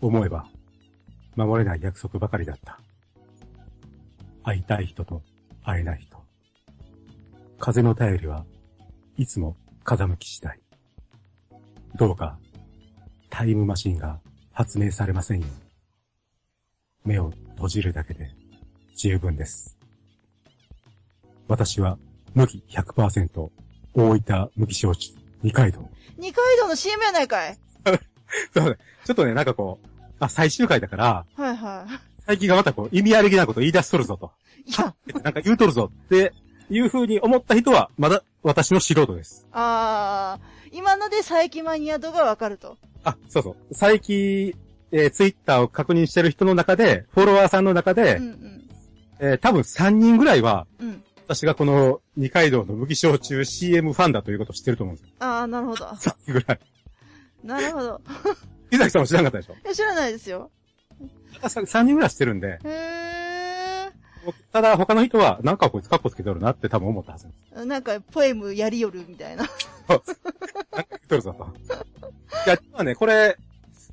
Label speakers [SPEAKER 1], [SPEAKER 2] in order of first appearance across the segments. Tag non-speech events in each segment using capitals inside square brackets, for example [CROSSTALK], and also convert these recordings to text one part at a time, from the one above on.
[SPEAKER 1] 思えば、守れない約束ばかりだった。会いたい人と会えない人。風の便りはいつも風向き次第。どうか、タイムマシンが発明されませんよ。目を閉じるだけで十分です。私は、麦100%、大分麦焼酎、二階堂。
[SPEAKER 2] 二階堂の CM やないかい。
[SPEAKER 1] [LAUGHS] そうね。ちょっとね、なんかこう、あ、最終回だから、
[SPEAKER 2] はいは
[SPEAKER 1] 最近がまたこう、意味ありげなこと言い出しとるぞと。
[SPEAKER 2] い。いや、
[SPEAKER 1] なんか言うとるぞって、いう風に思った人は、まだ私の素人です。
[SPEAKER 2] あー、今ので佐伯マニア度がわかると。
[SPEAKER 1] あ、そうそう。最近、えー、ツイッターを確認してる人の中で、フォロワーさんの中で、
[SPEAKER 2] うんうん。
[SPEAKER 1] えー多分3人ぐらいは、
[SPEAKER 2] うん。
[SPEAKER 1] 私がこの二階堂の麦焼酎 CM ファンだということを知ってると思うんですよ。
[SPEAKER 2] あー、なるほど。
[SPEAKER 1] 3人ぐらい。
[SPEAKER 2] なるほど。
[SPEAKER 1] 伊崎さんも知らなかったでしょ
[SPEAKER 2] いや知らないですよ。
[SPEAKER 1] ?3 人ぐらい知ってるんで、
[SPEAKER 2] へー。
[SPEAKER 1] ただ他の人は、なんかこいつカッコつけとるなって多分思ったはずなんです。
[SPEAKER 2] なんか、ポエムやりよるみたいな。 [LAUGHS]
[SPEAKER 1] なんか言っとるぞと。いや、実はね、これ、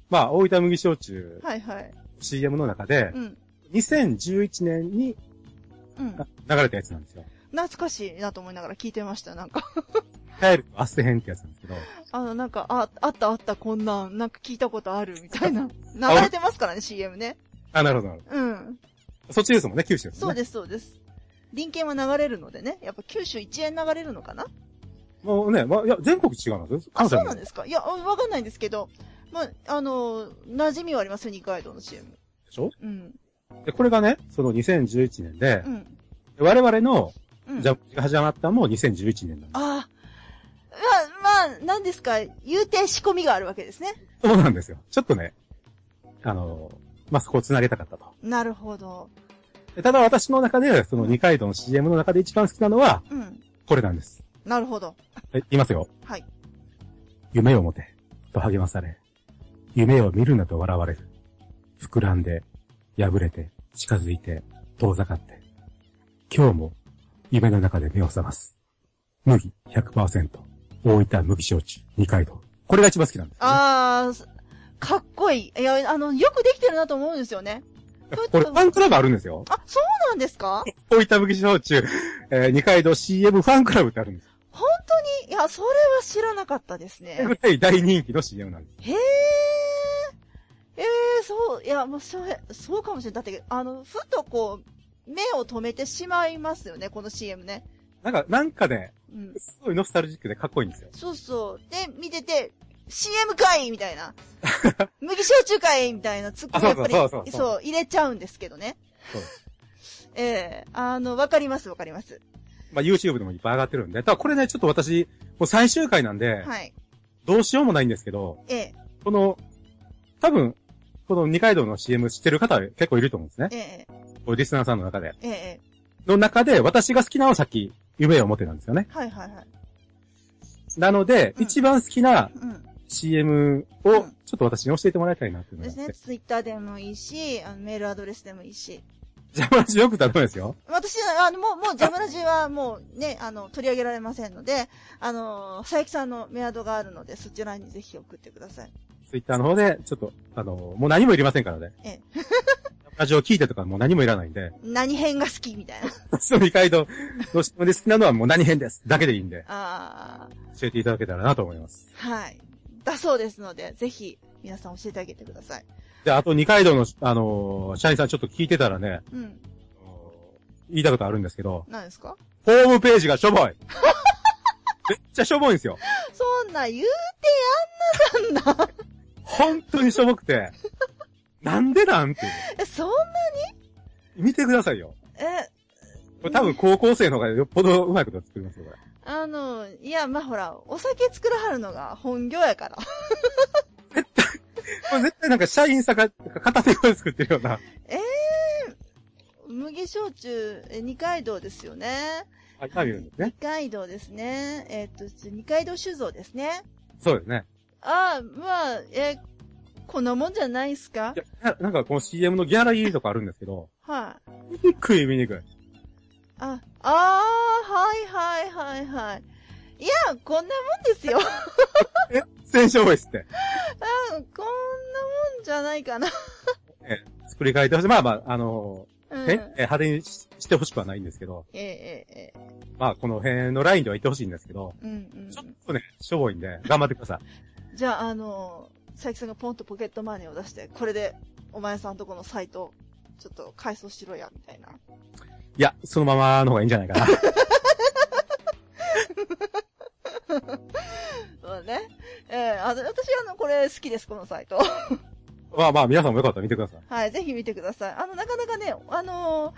[SPEAKER 1] まあ、大分麦焼酎
[SPEAKER 2] はいはい。
[SPEAKER 1] CM の中で
[SPEAKER 2] う、ん。
[SPEAKER 1] 2011年に
[SPEAKER 2] うん。
[SPEAKER 1] 流れたやつなんですよ。
[SPEAKER 2] 懐かしいなと思いながら聞いてました、なんか。
[SPEAKER 1] 帰ると明日編ってやつなんですけど、
[SPEAKER 2] あの、なんか、あ、あったあった、こんなん、なんか聞いたことある、みたいな。流れてますからね、CM ね。
[SPEAKER 1] あ、なるほど、なるほ
[SPEAKER 2] うん。
[SPEAKER 1] ど。そっちですもんね、九州です
[SPEAKER 2] そ
[SPEAKER 1] も
[SPEAKER 2] うん
[SPEAKER 1] ね。
[SPEAKER 2] です、そうです。林県は流れるのでね。やっぱ九州一円流れるのかな
[SPEAKER 1] もうね、まあ、いや、全国違うんですよ。
[SPEAKER 2] あ、
[SPEAKER 1] 関西
[SPEAKER 2] そ
[SPEAKER 1] も
[SPEAKER 2] うなん。ですかいや、あわかんないんですけど。まあ、あの、馴染みはありますよ、二階堂の CM。
[SPEAKER 1] でしょ
[SPEAKER 2] うん。
[SPEAKER 1] で、これがね、その2011年で
[SPEAKER 2] う、ん。
[SPEAKER 1] 我々の
[SPEAKER 2] うん。
[SPEAKER 1] ジャンプが始まったのも2011年なんで
[SPEAKER 2] ああ。まあ、まあ、なんですか、言うて仕込みがあるわけですね。
[SPEAKER 1] す。そうなんですよ。ちょっとね、あの、まあ、そこを繋げたかったと。
[SPEAKER 2] なるほど。
[SPEAKER 1] でただ私の中で、その二階堂の CM の中で一番好きなのは、
[SPEAKER 2] うん。
[SPEAKER 1] これなんです。
[SPEAKER 2] なるほど。
[SPEAKER 1] え、言いますよ。
[SPEAKER 2] はい。
[SPEAKER 1] 夢を持て、と励まされ、夢を見るなと笑われる。膨らんで、破れて、近づいて、遠ざかって。今日も、夢の中で目を覚ます。麦100%、大分麦焼酎、二階堂。これが一番好きなんです、ね。
[SPEAKER 2] ああ、かっこいい。いや、あの、よくできてるなと思うんですよね。そうい
[SPEAKER 1] これ、フ
[SPEAKER 2] うとこ
[SPEAKER 1] ァンクラブあるんですよ。
[SPEAKER 2] あ、そうなんですか
[SPEAKER 1] 大分麦焼酎、えー二階堂 CM ファンクラブってあるんですよ。
[SPEAKER 2] 本当にいや、それは知らなかったです
[SPEAKER 1] これ
[SPEAKER 2] ね。
[SPEAKER 1] ぐらい大人気の CM なんです。
[SPEAKER 2] へえ。ええそう、いや、もう、そう、そうかもしれない。だって、あの、ふとこう、目を止めてしまいますよね、この CM ね。
[SPEAKER 1] なんか、なんかね、
[SPEAKER 2] うん。
[SPEAKER 1] すごいノスタルジックでかっこいいんですよ。
[SPEAKER 2] そうそう。で、見てて、CM かいみたい
[SPEAKER 1] [LAUGHS]
[SPEAKER 2] な。麦焼酎かいみたいなツッコミやっぱり、
[SPEAKER 1] あそうそうそうそう
[SPEAKER 2] そう入れちゃうんですけどね
[SPEAKER 1] そう。
[SPEAKER 2] [LAUGHS] ええあの、わかりますわかります。
[SPEAKER 1] まあ、YouTube でもいっぱい上がってるんで。ただこれね、ちょっと私、もう最終回なんで、
[SPEAKER 2] はい。
[SPEAKER 1] どうしようもないんですけど、
[SPEAKER 2] ええ、
[SPEAKER 1] この、多分、この二階堂の CM 知ってる方は結構いると思うんですね。
[SPEAKER 2] ええ、
[SPEAKER 1] こうリスナーさんの中で。
[SPEAKER 2] ええ、
[SPEAKER 1] の中で、私が好きなのはさっき、夢を持てなんですよね。
[SPEAKER 2] はいはいはい。
[SPEAKER 1] なので、
[SPEAKER 2] うん
[SPEAKER 1] 一番好きな
[SPEAKER 2] うん。
[SPEAKER 1] CM を、ちょっと私に教えてもらいたいなっていうのがあっ
[SPEAKER 2] です
[SPEAKER 1] て。
[SPEAKER 2] ね。ツイッターでもいいし、あのメールアドレスでもいいし。
[SPEAKER 1] 邪魔しよく頼むんですよ。
[SPEAKER 2] 私、あの、もう、もう、ジャムラジはもうね、あの、取り上げられませんので、あの、佐伯さんのメアドがあるので、そちらにぜひ送ってください。
[SPEAKER 1] Twitter の方で、ちょっと、あの、もう何もいりませんからね。
[SPEAKER 2] ええ
[SPEAKER 1] ラジオ聞いてとかもう何もいらないんで、 [LAUGHS]
[SPEAKER 2] 何編が好きみたいな。
[SPEAKER 1] 私の二階堂の CM で好きなのはもう何変です。だけでいいんで、
[SPEAKER 2] ああ。
[SPEAKER 1] 教えていただけたらなと思います。
[SPEAKER 2] はい。だそうですので、ぜひ、皆さん教えてあげてください。
[SPEAKER 1] で、あと二階堂の、あのー社員さんちょっと聞いてたらね、
[SPEAKER 2] うん。
[SPEAKER 1] あのー言いたことあるんですけど、
[SPEAKER 2] 何ですか
[SPEAKER 1] ホームページがしょぼいめっちゃしょぼいんですよ。
[SPEAKER 2] そんな言うてやんなさんな。
[SPEAKER 1] 本当にしょぼくて。なんでなんていう。
[SPEAKER 2] え、そん、
[SPEAKER 1] 見てくださいよ。
[SPEAKER 2] え、
[SPEAKER 1] これ多分高校生の方がよっぽどうまいこと作りますよ、これ。
[SPEAKER 2] あの、いや、まあ、ほら、お酒作らはるのが本業やから。
[SPEAKER 1] これ絶対なんか社員さんが片手で作ってるような。
[SPEAKER 2] えー、麦焼酎、え二階堂ですよね。
[SPEAKER 1] あ、今見るんですね
[SPEAKER 2] 二。階堂ですね。えっと、二階堂酒造ですね。
[SPEAKER 1] そうですね。
[SPEAKER 2] ああ、まあ、えこんなもんじゃないですか
[SPEAKER 1] いや、ななんかこの CM のギャラリーとかあるんですけど、
[SPEAKER 2] はい。
[SPEAKER 1] 見にくい見にくい。
[SPEAKER 2] あ、あー、はいはいはいはい。いや、こんなもんですよ。あ [LAUGHS]
[SPEAKER 1] 全然しょぼいっすって。
[SPEAKER 2] こんなもんじゃないかな。
[SPEAKER 1] 作り変えてほしい。まあまあ、あの
[SPEAKER 2] う
[SPEAKER 1] ー、
[SPEAKER 2] ん。
[SPEAKER 1] ね、え派手にししてほしくはないんですけど、
[SPEAKER 2] ええええええ
[SPEAKER 1] まあ、この辺のラインでは言ってほしいんですけど、
[SPEAKER 2] うんうん
[SPEAKER 1] ちょっとね、しょぼいんで、頑張ってください。
[SPEAKER 2] うん。じゃあ、あのー、佐伯さんがポンとポケットマネーを出して、これで、お前さんとこのサイト、ちょっと改装しろや、みたいな。
[SPEAKER 1] いや、そのままの方がいいんじゃないかな。 [LAUGHS]
[SPEAKER 2] そうね。ええあの、私、あの、これ好きです、このサイト。
[SPEAKER 1] まあまあ、皆さんもよかったら見てください。
[SPEAKER 2] はい、ぜひ見てください。あの、なかなかね、あの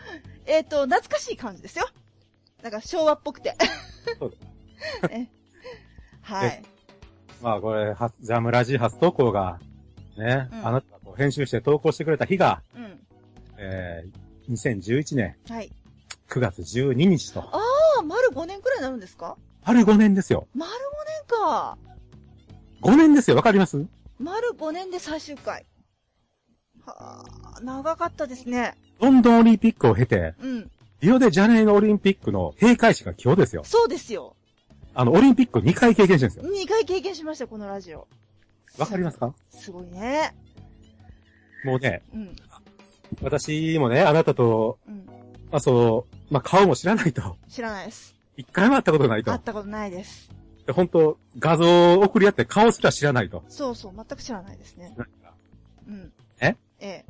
[SPEAKER 2] ーえっ、と、懐かしい感じですよ。なんか昭和っぽくて。
[SPEAKER 1] そう
[SPEAKER 2] ね [LAUGHS] はい。
[SPEAKER 1] まあ、これ、はジャムラジ初投稿が、ね、
[SPEAKER 2] うん
[SPEAKER 1] あなたがこう編集して投稿してくれた日が、
[SPEAKER 2] うん。
[SPEAKER 1] えー、2011年
[SPEAKER 2] はい。
[SPEAKER 1] 9月12日と、
[SPEAKER 2] ああ、丸5年くらいになるんですか
[SPEAKER 1] ある5年ですよ。
[SPEAKER 2] 丸5年か。
[SPEAKER 1] 5年ですよ、わかります
[SPEAKER 2] 丸5年で最終回。はあ、長かったですね。
[SPEAKER 1] ロンドンオリンピックを経て、
[SPEAKER 2] うん。
[SPEAKER 1] リオデジャネイロオリンピックの閉会式が今日ですよ。
[SPEAKER 2] そうですよ。
[SPEAKER 1] あの、オリンピック2回経験してるんですよ。
[SPEAKER 2] 2回経験しました、このラジオ。
[SPEAKER 1] わかりますか
[SPEAKER 2] すごいね。
[SPEAKER 1] もうね、
[SPEAKER 2] うん。
[SPEAKER 1] 私もね、あなたと、
[SPEAKER 2] うん。
[SPEAKER 1] まあそう、まあ顔も知らないと。 [LAUGHS]
[SPEAKER 2] 知らないです。
[SPEAKER 1] 一回も会ったことない
[SPEAKER 2] 会っ
[SPEAKER 1] と。
[SPEAKER 2] たことないです。
[SPEAKER 1] で本当画像を送り合って顔すら知らないと。
[SPEAKER 2] そうそう、全く知らないですね。うん。
[SPEAKER 1] え
[SPEAKER 2] ええ。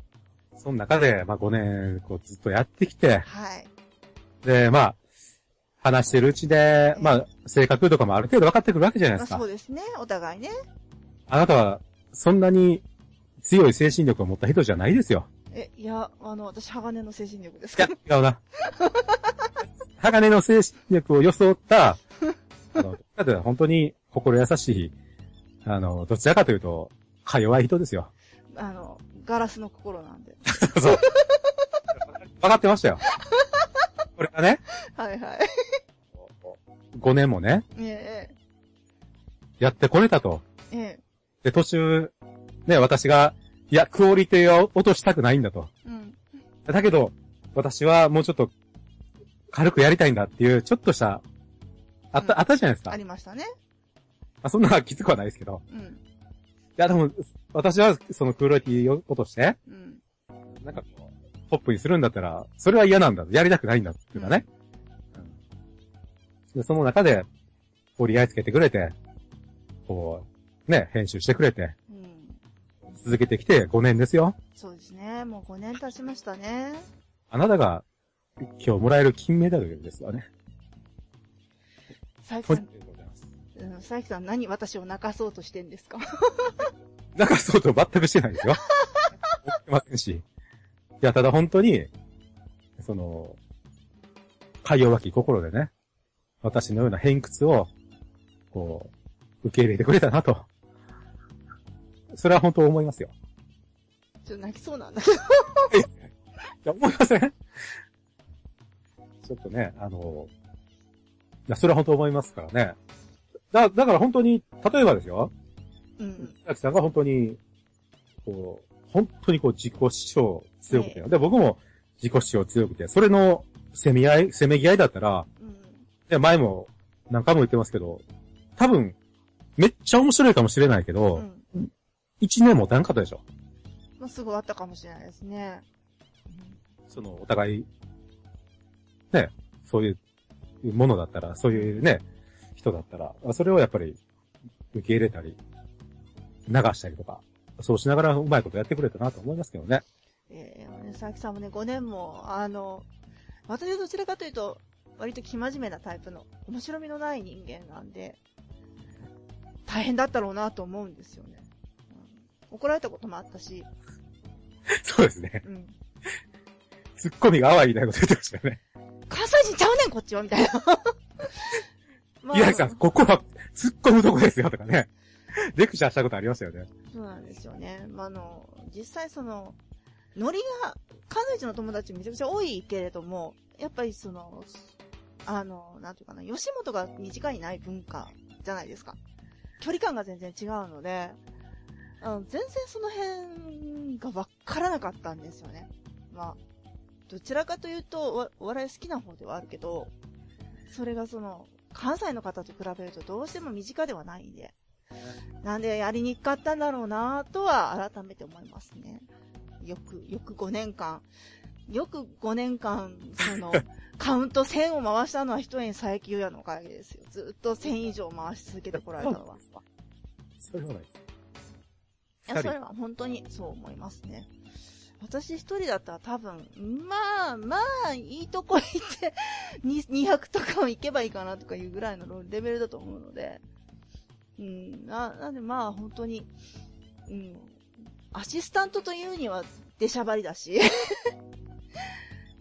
[SPEAKER 1] その中で、まあ5年、こうずっとやってきて、
[SPEAKER 2] はい。
[SPEAKER 1] で、まあ、話してるうちで、
[SPEAKER 2] うん
[SPEAKER 1] まあ、性格とかもある程度分かってくるわけじゃない
[SPEAKER 2] ま
[SPEAKER 1] で
[SPEAKER 2] あ、
[SPEAKER 1] すか
[SPEAKER 2] そう。ですね。お互いね。
[SPEAKER 1] あなたは、そんなに強い精神力を持った人じゃないですよ。
[SPEAKER 2] え、いや、あの、私、鋼の精神力です
[SPEAKER 1] い
[SPEAKER 2] か
[SPEAKER 1] や
[SPEAKER 2] ら。、
[SPEAKER 1] 違うな。鋼の精神力を装った、あの、だって本当に心優しい、あの、どちらかというと、か弱い人ですよ。
[SPEAKER 2] あの、ガラスの心なんで。 [LAUGHS]
[SPEAKER 1] そう。分かってましたよ。これがね、
[SPEAKER 2] はいはい。
[SPEAKER 1] 5年もね、
[SPEAKER 2] え
[SPEAKER 1] やってこれたと。
[SPEAKER 2] え、ええ、
[SPEAKER 1] で、途中、ね、私が、いや、クオリティを落としたくないんだと。
[SPEAKER 2] うん。
[SPEAKER 1] だけど、私はもうちょっと、軽くやりたいんだっていう、ちょっとした、あった、
[SPEAKER 2] うん
[SPEAKER 1] あったじゃないですか。
[SPEAKER 2] ありましたね。
[SPEAKER 1] まあ、そんなきつくはないですけど。
[SPEAKER 2] うん。
[SPEAKER 1] いや、でも、私はそのクオリティを落として、
[SPEAKER 2] うん。
[SPEAKER 1] なんかこう、ポップにするんだったら、それは嫌なんだ。やりたくないんだっていうかね。うんでその中で、折り合いつけてくれて、こう、ね、編集してくれて、
[SPEAKER 2] うん。
[SPEAKER 1] 続けてきて5年ですよ。
[SPEAKER 2] そうですね。もう5年経ちましたね。
[SPEAKER 1] あなたが、今日もらえる金メダルですわね。おめでとうご
[SPEAKER 2] 佐伯さん、
[SPEAKER 1] ざいます。
[SPEAKER 2] うん、佐伯さん何私を泣かそうとしてんですか [LAUGHS]
[SPEAKER 1] なんかそうと全くしてないですよ。思ってませんし。いや、ただ本当に、その、か弱き心でね、私のような偏屈を、こう、受け入れてくれたなと。それは本当思いますよ。
[SPEAKER 2] ちょっと泣きそうなんだけど。
[SPEAKER 1] いや、思いませんちょっとね、あの、いや、それは本当思いますからね。だ、だから本当に、例えばですよ、
[SPEAKER 2] うん。
[SPEAKER 1] 崎さんが本当に、こう、本当にこう自己主張強くて、で、僕も自己主張強くて、それの攻め合い、攻めぎ合いだったら、
[SPEAKER 2] うん。
[SPEAKER 1] で、前も何回も言ってますけど、多分、めっちゃ面白いかもしれないけ
[SPEAKER 2] う
[SPEAKER 1] ど、
[SPEAKER 2] ん。
[SPEAKER 1] 一、年もたんかったでしょ。
[SPEAKER 2] まあ、すぐあったかもしれないですね。
[SPEAKER 1] その、お互い、ね、そういうものだったら、そういうね、人だったら、それをやっぱり受け入れたり、流したりとか、そうしながらうまいことやってくれたなと思いますけどね。
[SPEAKER 2] [LAUGHS] ええ、佐伯さんもね、5年も、あの、私はどちらかというと、割と生真面目なタイプの、面白みのない人間なんで、大変だったろうなと思うんですよね。うん、怒られたこともあったし、
[SPEAKER 1] そうですね。
[SPEAKER 2] うん。
[SPEAKER 1] ツッコミが淡いみたいなこと言ってましたよね。
[SPEAKER 2] 関西人ちゃうねん、こっちはみたいな。 [LAUGHS] ま
[SPEAKER 1] 宮崎さん、ここはツッコむとこですよとか [LAUGHS] ね。レクチャーしたことありましたよね。
[SPEAKER 2] そうなんですよね。まあ、あの、実際その、ノリが、彼女の友達めちゃくちゃ多いけれども、やっぱりその、あの、なんていうかな、吉本が身近にない文化じゃないですか。距離感が全然違うので、あの全然その辺がわからなかったんですよね。まあ、どちらかというと、わお笑い好きな方ではあるけど、それがその、関西の方と比べるとどうしても身近ではないんで、なんでやりにくかったんだろうなとは改めて思いますね。よく、よく5年間、よく5年間、その、カウント1000を回したのは一重に佐伯優也のおかげですよ。ずっと1000以上回し続けてこられたのは。
[SPEAKER 1] それはない
[SPEAKER 2] いや、それは本当にそう思いますね。私一人だったら多分、まあまあ、いいとこ行って、 [LAUGHS] に200とかも行けばいいかなとかいうぐらいのレベルだと思うので、うん、な、なんでまあ本当に、うん、アシスタントというには出しゃばりだし、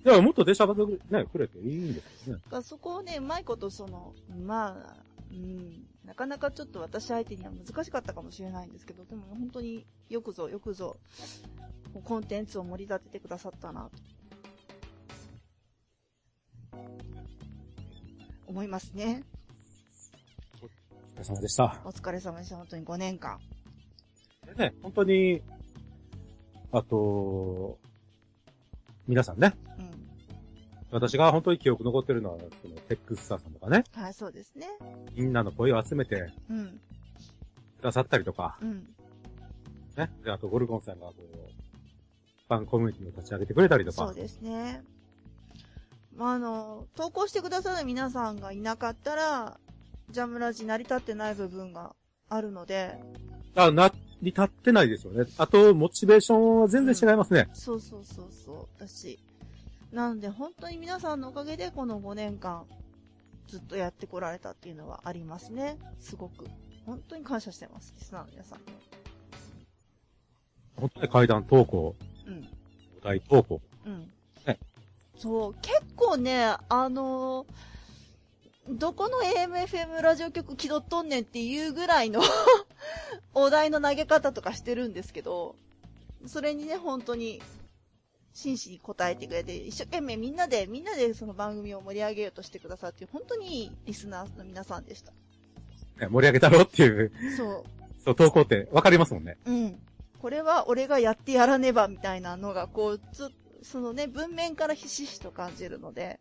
[SPEAKER 1] だからもっと出しゃばってね、くれていいんですよね。
[SPEAKER 2] がそこをね、うまいことその、まあ、うん、なかなかちょっと私相手には難しかったかもしれないんですけど、でも本当によくぞよくぞ、コンテンツを盛り立ててくださったなと。思いますね。
[SPEAKER 1] お疲れ様でした。
[SPEAKER 2] お疲れ様でした。本当に5年間。
[SPEAKER 1] でね、本当に、あと、皆さんね、
[SPEAKER 2] うん。
[SPEAKER 1] 私が本当に記憶残ってるのは、その、テックスターさんとかね、
[SPEAKER 2] はい、そうですね。
[SPEAKER 1] みんなの声を集めて
[SPEAKER 2] うん。
[SPEAKER 1] くださったりとか、
[SPEAKER 2] うん。
[SPEAKER 1] ね、であとゴルゴンさんがこう、ファンコミュニティを立ち上げてくれたりと
[SPEAKER 2] そ
[SPEAKER 1] か
[SPEAKER 2] う、ですね。まあ、あの、投稿してくださる皆さんがいなかったら、ジャムラジ成り立ってない部分があるので、
[SPEAKER 1] あ、な、に立ってないですよね。あと、モチベーションは全然違いますね。
[SPEAKER 2] そうそうそうそう、だし。なので、本当に皆さんのおかげで、この5年間、ずっとやってこられたっていうのはありますね。すごく。本当に感謝してます。リスナーの皆さんに。
[SPEAKER 1] 本当に階段投稿、
[SPEAKER 2] うん。
[SPEAKER 1] お題投稿。
[SPEAKER 2] うん
[SPEAKER 1] はい。
[SPEAKER 2] そう、結構ね、あのーどこの AMFM ラジオ局気取っとんねんっていうぐらいの [LAUGHS] お題の投げ方とかしてるんですけど、それにね、本当に、真摯に答えてくれて、一生懸命みんなで、みんなでその番組を盛り上げようとしてくださって、本当にいいリスナーの皆さんでした。
[SPEAKER 1] ね、盛り上げたろっていう、 [LAUGHS]
[SPEAKER 2] そ
[SPEAKER 1] そう、投稿ってわかりますもんね。
[SPEAKER 2] う、うん。これは俺がやってやらねばみたいなのが、こう、ずそのね、文面からひしひしと感じるので、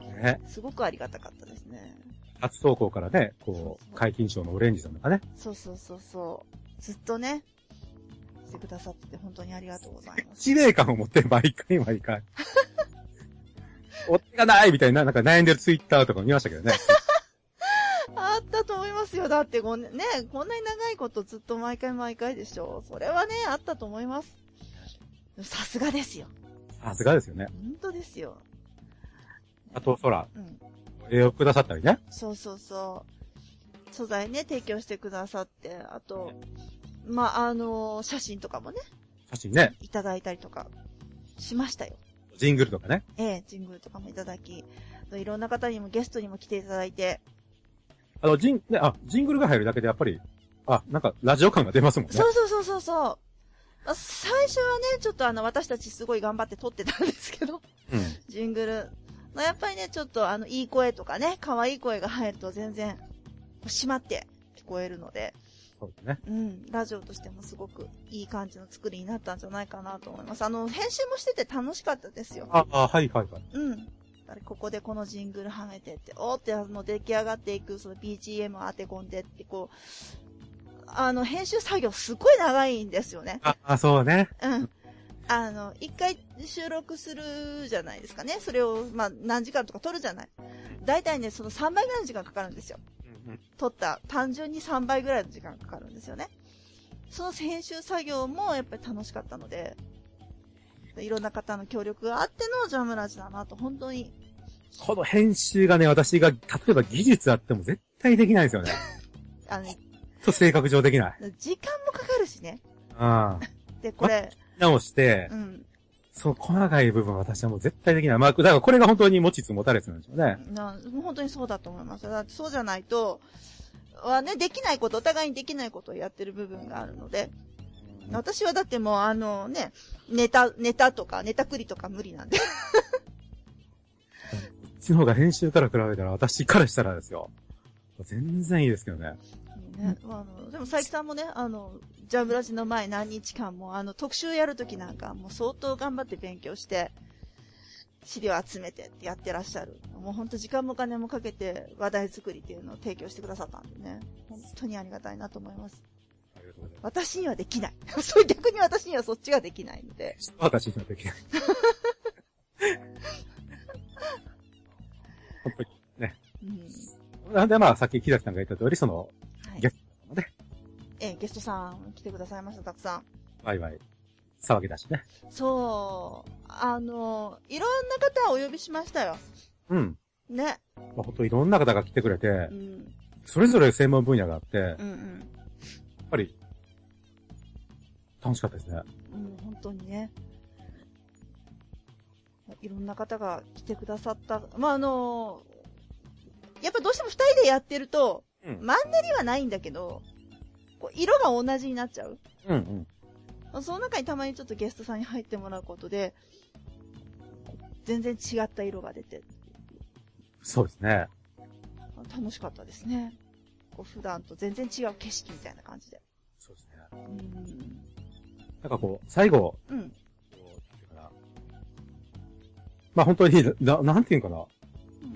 [SPEAKER 1] ね。
[SPEAKER 2] すごくありがたかったですね。
[SPEAKER 1] 初投稿からね、
[SPEAKER 2] そう
[SPEAKER 1] こ
[SPEAKER 2] そう
[SPEAKER 1] う、解禁賞のオレンジさんとかね、
[SPEAKER 2] そうそうそうそう。ずっとね、してくださってて本当にありがとうございます。
[SPEAKER 1] 使命感を持って毎回毎回。お手がないみたいな、なんか悩んでるツイッターとか見ましたけどね。
[SPEAKER 2] [LAUGHS] あったと思いますよ。だってごね、ね、こんなに長いことずっと毎回毎回でしょ。それはね、あったと思います。さすがですよ。
[SPEAKER 1] さすがですよね。
[SPEAKER 2] 本当ですよ。
[SPEAKER 1] あと、ほら、
[SPEAKER 2] うん。
[SPEAKER 1] 絵をくださったりね。
[SPEAKER 2] そうそうそう。素材ね、提供してくださって、あと、まあ、あの写真とかもね、
[SPEAKER 1] 写真ね。
[SPEAKER 2] いただいたりとか、しましたよ。
[SPEAKER 1] ジングルとかね。
[SPEAKER 2] ええ、神宮とかもいただき、いろんな方にもゲストにも来ていただいて、
[SPEAKER 1] あの、ジン、ね、あ、ジングルが入るだけでやっぱり、あ、なんか、ラジオ感が出ますもんね。
[SPEAKER 2] そうそうそうそうそう。まあ最初はね、ちょっとあの、私たちすごい頑張って撮ってたんですけど、 [LAUGHS]
[SPEAKER 1] うん。
[SPEAKER 2] ジングル。まあ、やっぱりね、ちょっとあの、いい声とかね、可愛い声が入ると全然、こう締まって聞こえるので、
[SPEAKER 1] そうですね。
[SPEAKER 2] うん、ラジオとしてもすごくいい感じの作りになったんじゃないかなと思います。あの、編集もしてて楽しかったですよ。
[SPEAKER 1] あ、あ、はいはいはい。
[SPEAKER 2] うん。だからここでこのジングルはめてって、おーってあの出来上がっていく、その BGM を当て込んでって、こう、あの、編集作業すごい長いんですよね。
[SPEAKER 1] あ、あそうね。
[SPEAKER 2] うん。あの、一回収録するじゃないですかね。それを、まあ、何時間とか撮るじゃない。大体ね、その3倍ぐらいの時間かかるんですよ。
[SPEAKER 1] うんうん。
[SPEAKER 2] 撮った、単純に3倍ぐらいの時間かかるんですよね。その編集作業もやっぱり楽しかったので、いろんな方の協力があってのジャムラジだなと、本当に。
[SPEAKER 1] この編集がね、私が、例えば技術あっても絶対できないんです [LAUGHS] よね。
[SPEAKER 2] あの、
[SPEAKER 1] ちょっと性格上できない。
[SPEAKER 2] 時間もかかるしね。
[SPEAKER 1] うん。
[SPEAKER 2] で、これ、
[SPEAKER 1] 直して、
[SPEAKER 2] うん。
[SPEAKER 1] その細かい部分は私はもう絶対できない。まあ、だからこれが本当に持ちつ持たれつなんでしょうね。
[SPEAKER 2] なもう本当にそうだと思います。だってそうじゃないと、はね、できないこと、お互いにできないことをやってる部分があるので、私はだってもうあのね、ネタ、ネタとか、ネタクリとか無理なんで。
[SPEAKER 1] こっちの方が編集から比べたら私からしたらですよ。全然いいですけどね。
[SPEAKER 2] ね、あの、でも佐伯さんもね、あの、ジャムラジの前何日間も、あの、特集やるときなんか、もう相当頑張って勉強して、資料集めてってやってらっしゃる。もうほんと時間もお金もかけて話題作りっていうのを提供してくださったんでね。本当にありがたいなと思います。
[SPEAKER 1] ありがとうございま
[SPEAKER 2] 私にはできない。 [LAUGHS] そう、逆に私にはそっちができないので。
[SPEAKER 1] す。私にはでき [LAUGHS] ない。本当にね。
[SPEAKER 2] うん。
[SPEAKER 1] なんでまあ、さっき木崎さんが言った通り、その、
[SPEAKER 2] はい
[SPEAKER 1] ゲ。ストで、
[SPEAKER 2] ええ、ゲストさん来てくださいました、たくさん。
[SPEAKER 1] ワイワイ、騒ぎだしね。
[SPEAKER 2] そう。あの、いろんな方をお呼びしましたよ。
[SPEAKER 1] うん。
[SPEAKER 2] ね。
[SPEAKER 1] まあ、本当いろんな方が来てくれて
[SPEAKER 2] う、ん。
[SPEAKER 1] それぞれ専門分野があって、やっ
[SPEAKER 2] うんうん。
[SPEAKER 1] ぱり、楽しかったですね。
[SPEAKER 2] うん、本当にね。いろんな方が来てくださった。まあ、あの、やっぱどうしても二人でやってると、
[SPEAKER 1] うん
[SPEAKER 2] マンネリはないんだけど、こう色が同じになっちゃう。
[SPEAKER 1] うんうん。
[SPEAKER 2] その中にたまにちょっとゲストさんに入ってもらうことで、全然違った色が出て、
[SPEAKER 1] そうですね。
[SPEAKER 2] 楽しかったですね。こう普段と全然違う景色みたいな感じで。
[SPEAKER 1] そうですね。
[SPEAKER 2] うん。
[SPEAKER 1] なんかこう、最後、
[SPEAKER 2] うん。
[SPEAKER 1] こうなんていうかなまあ本当に、な、なんていうのかな。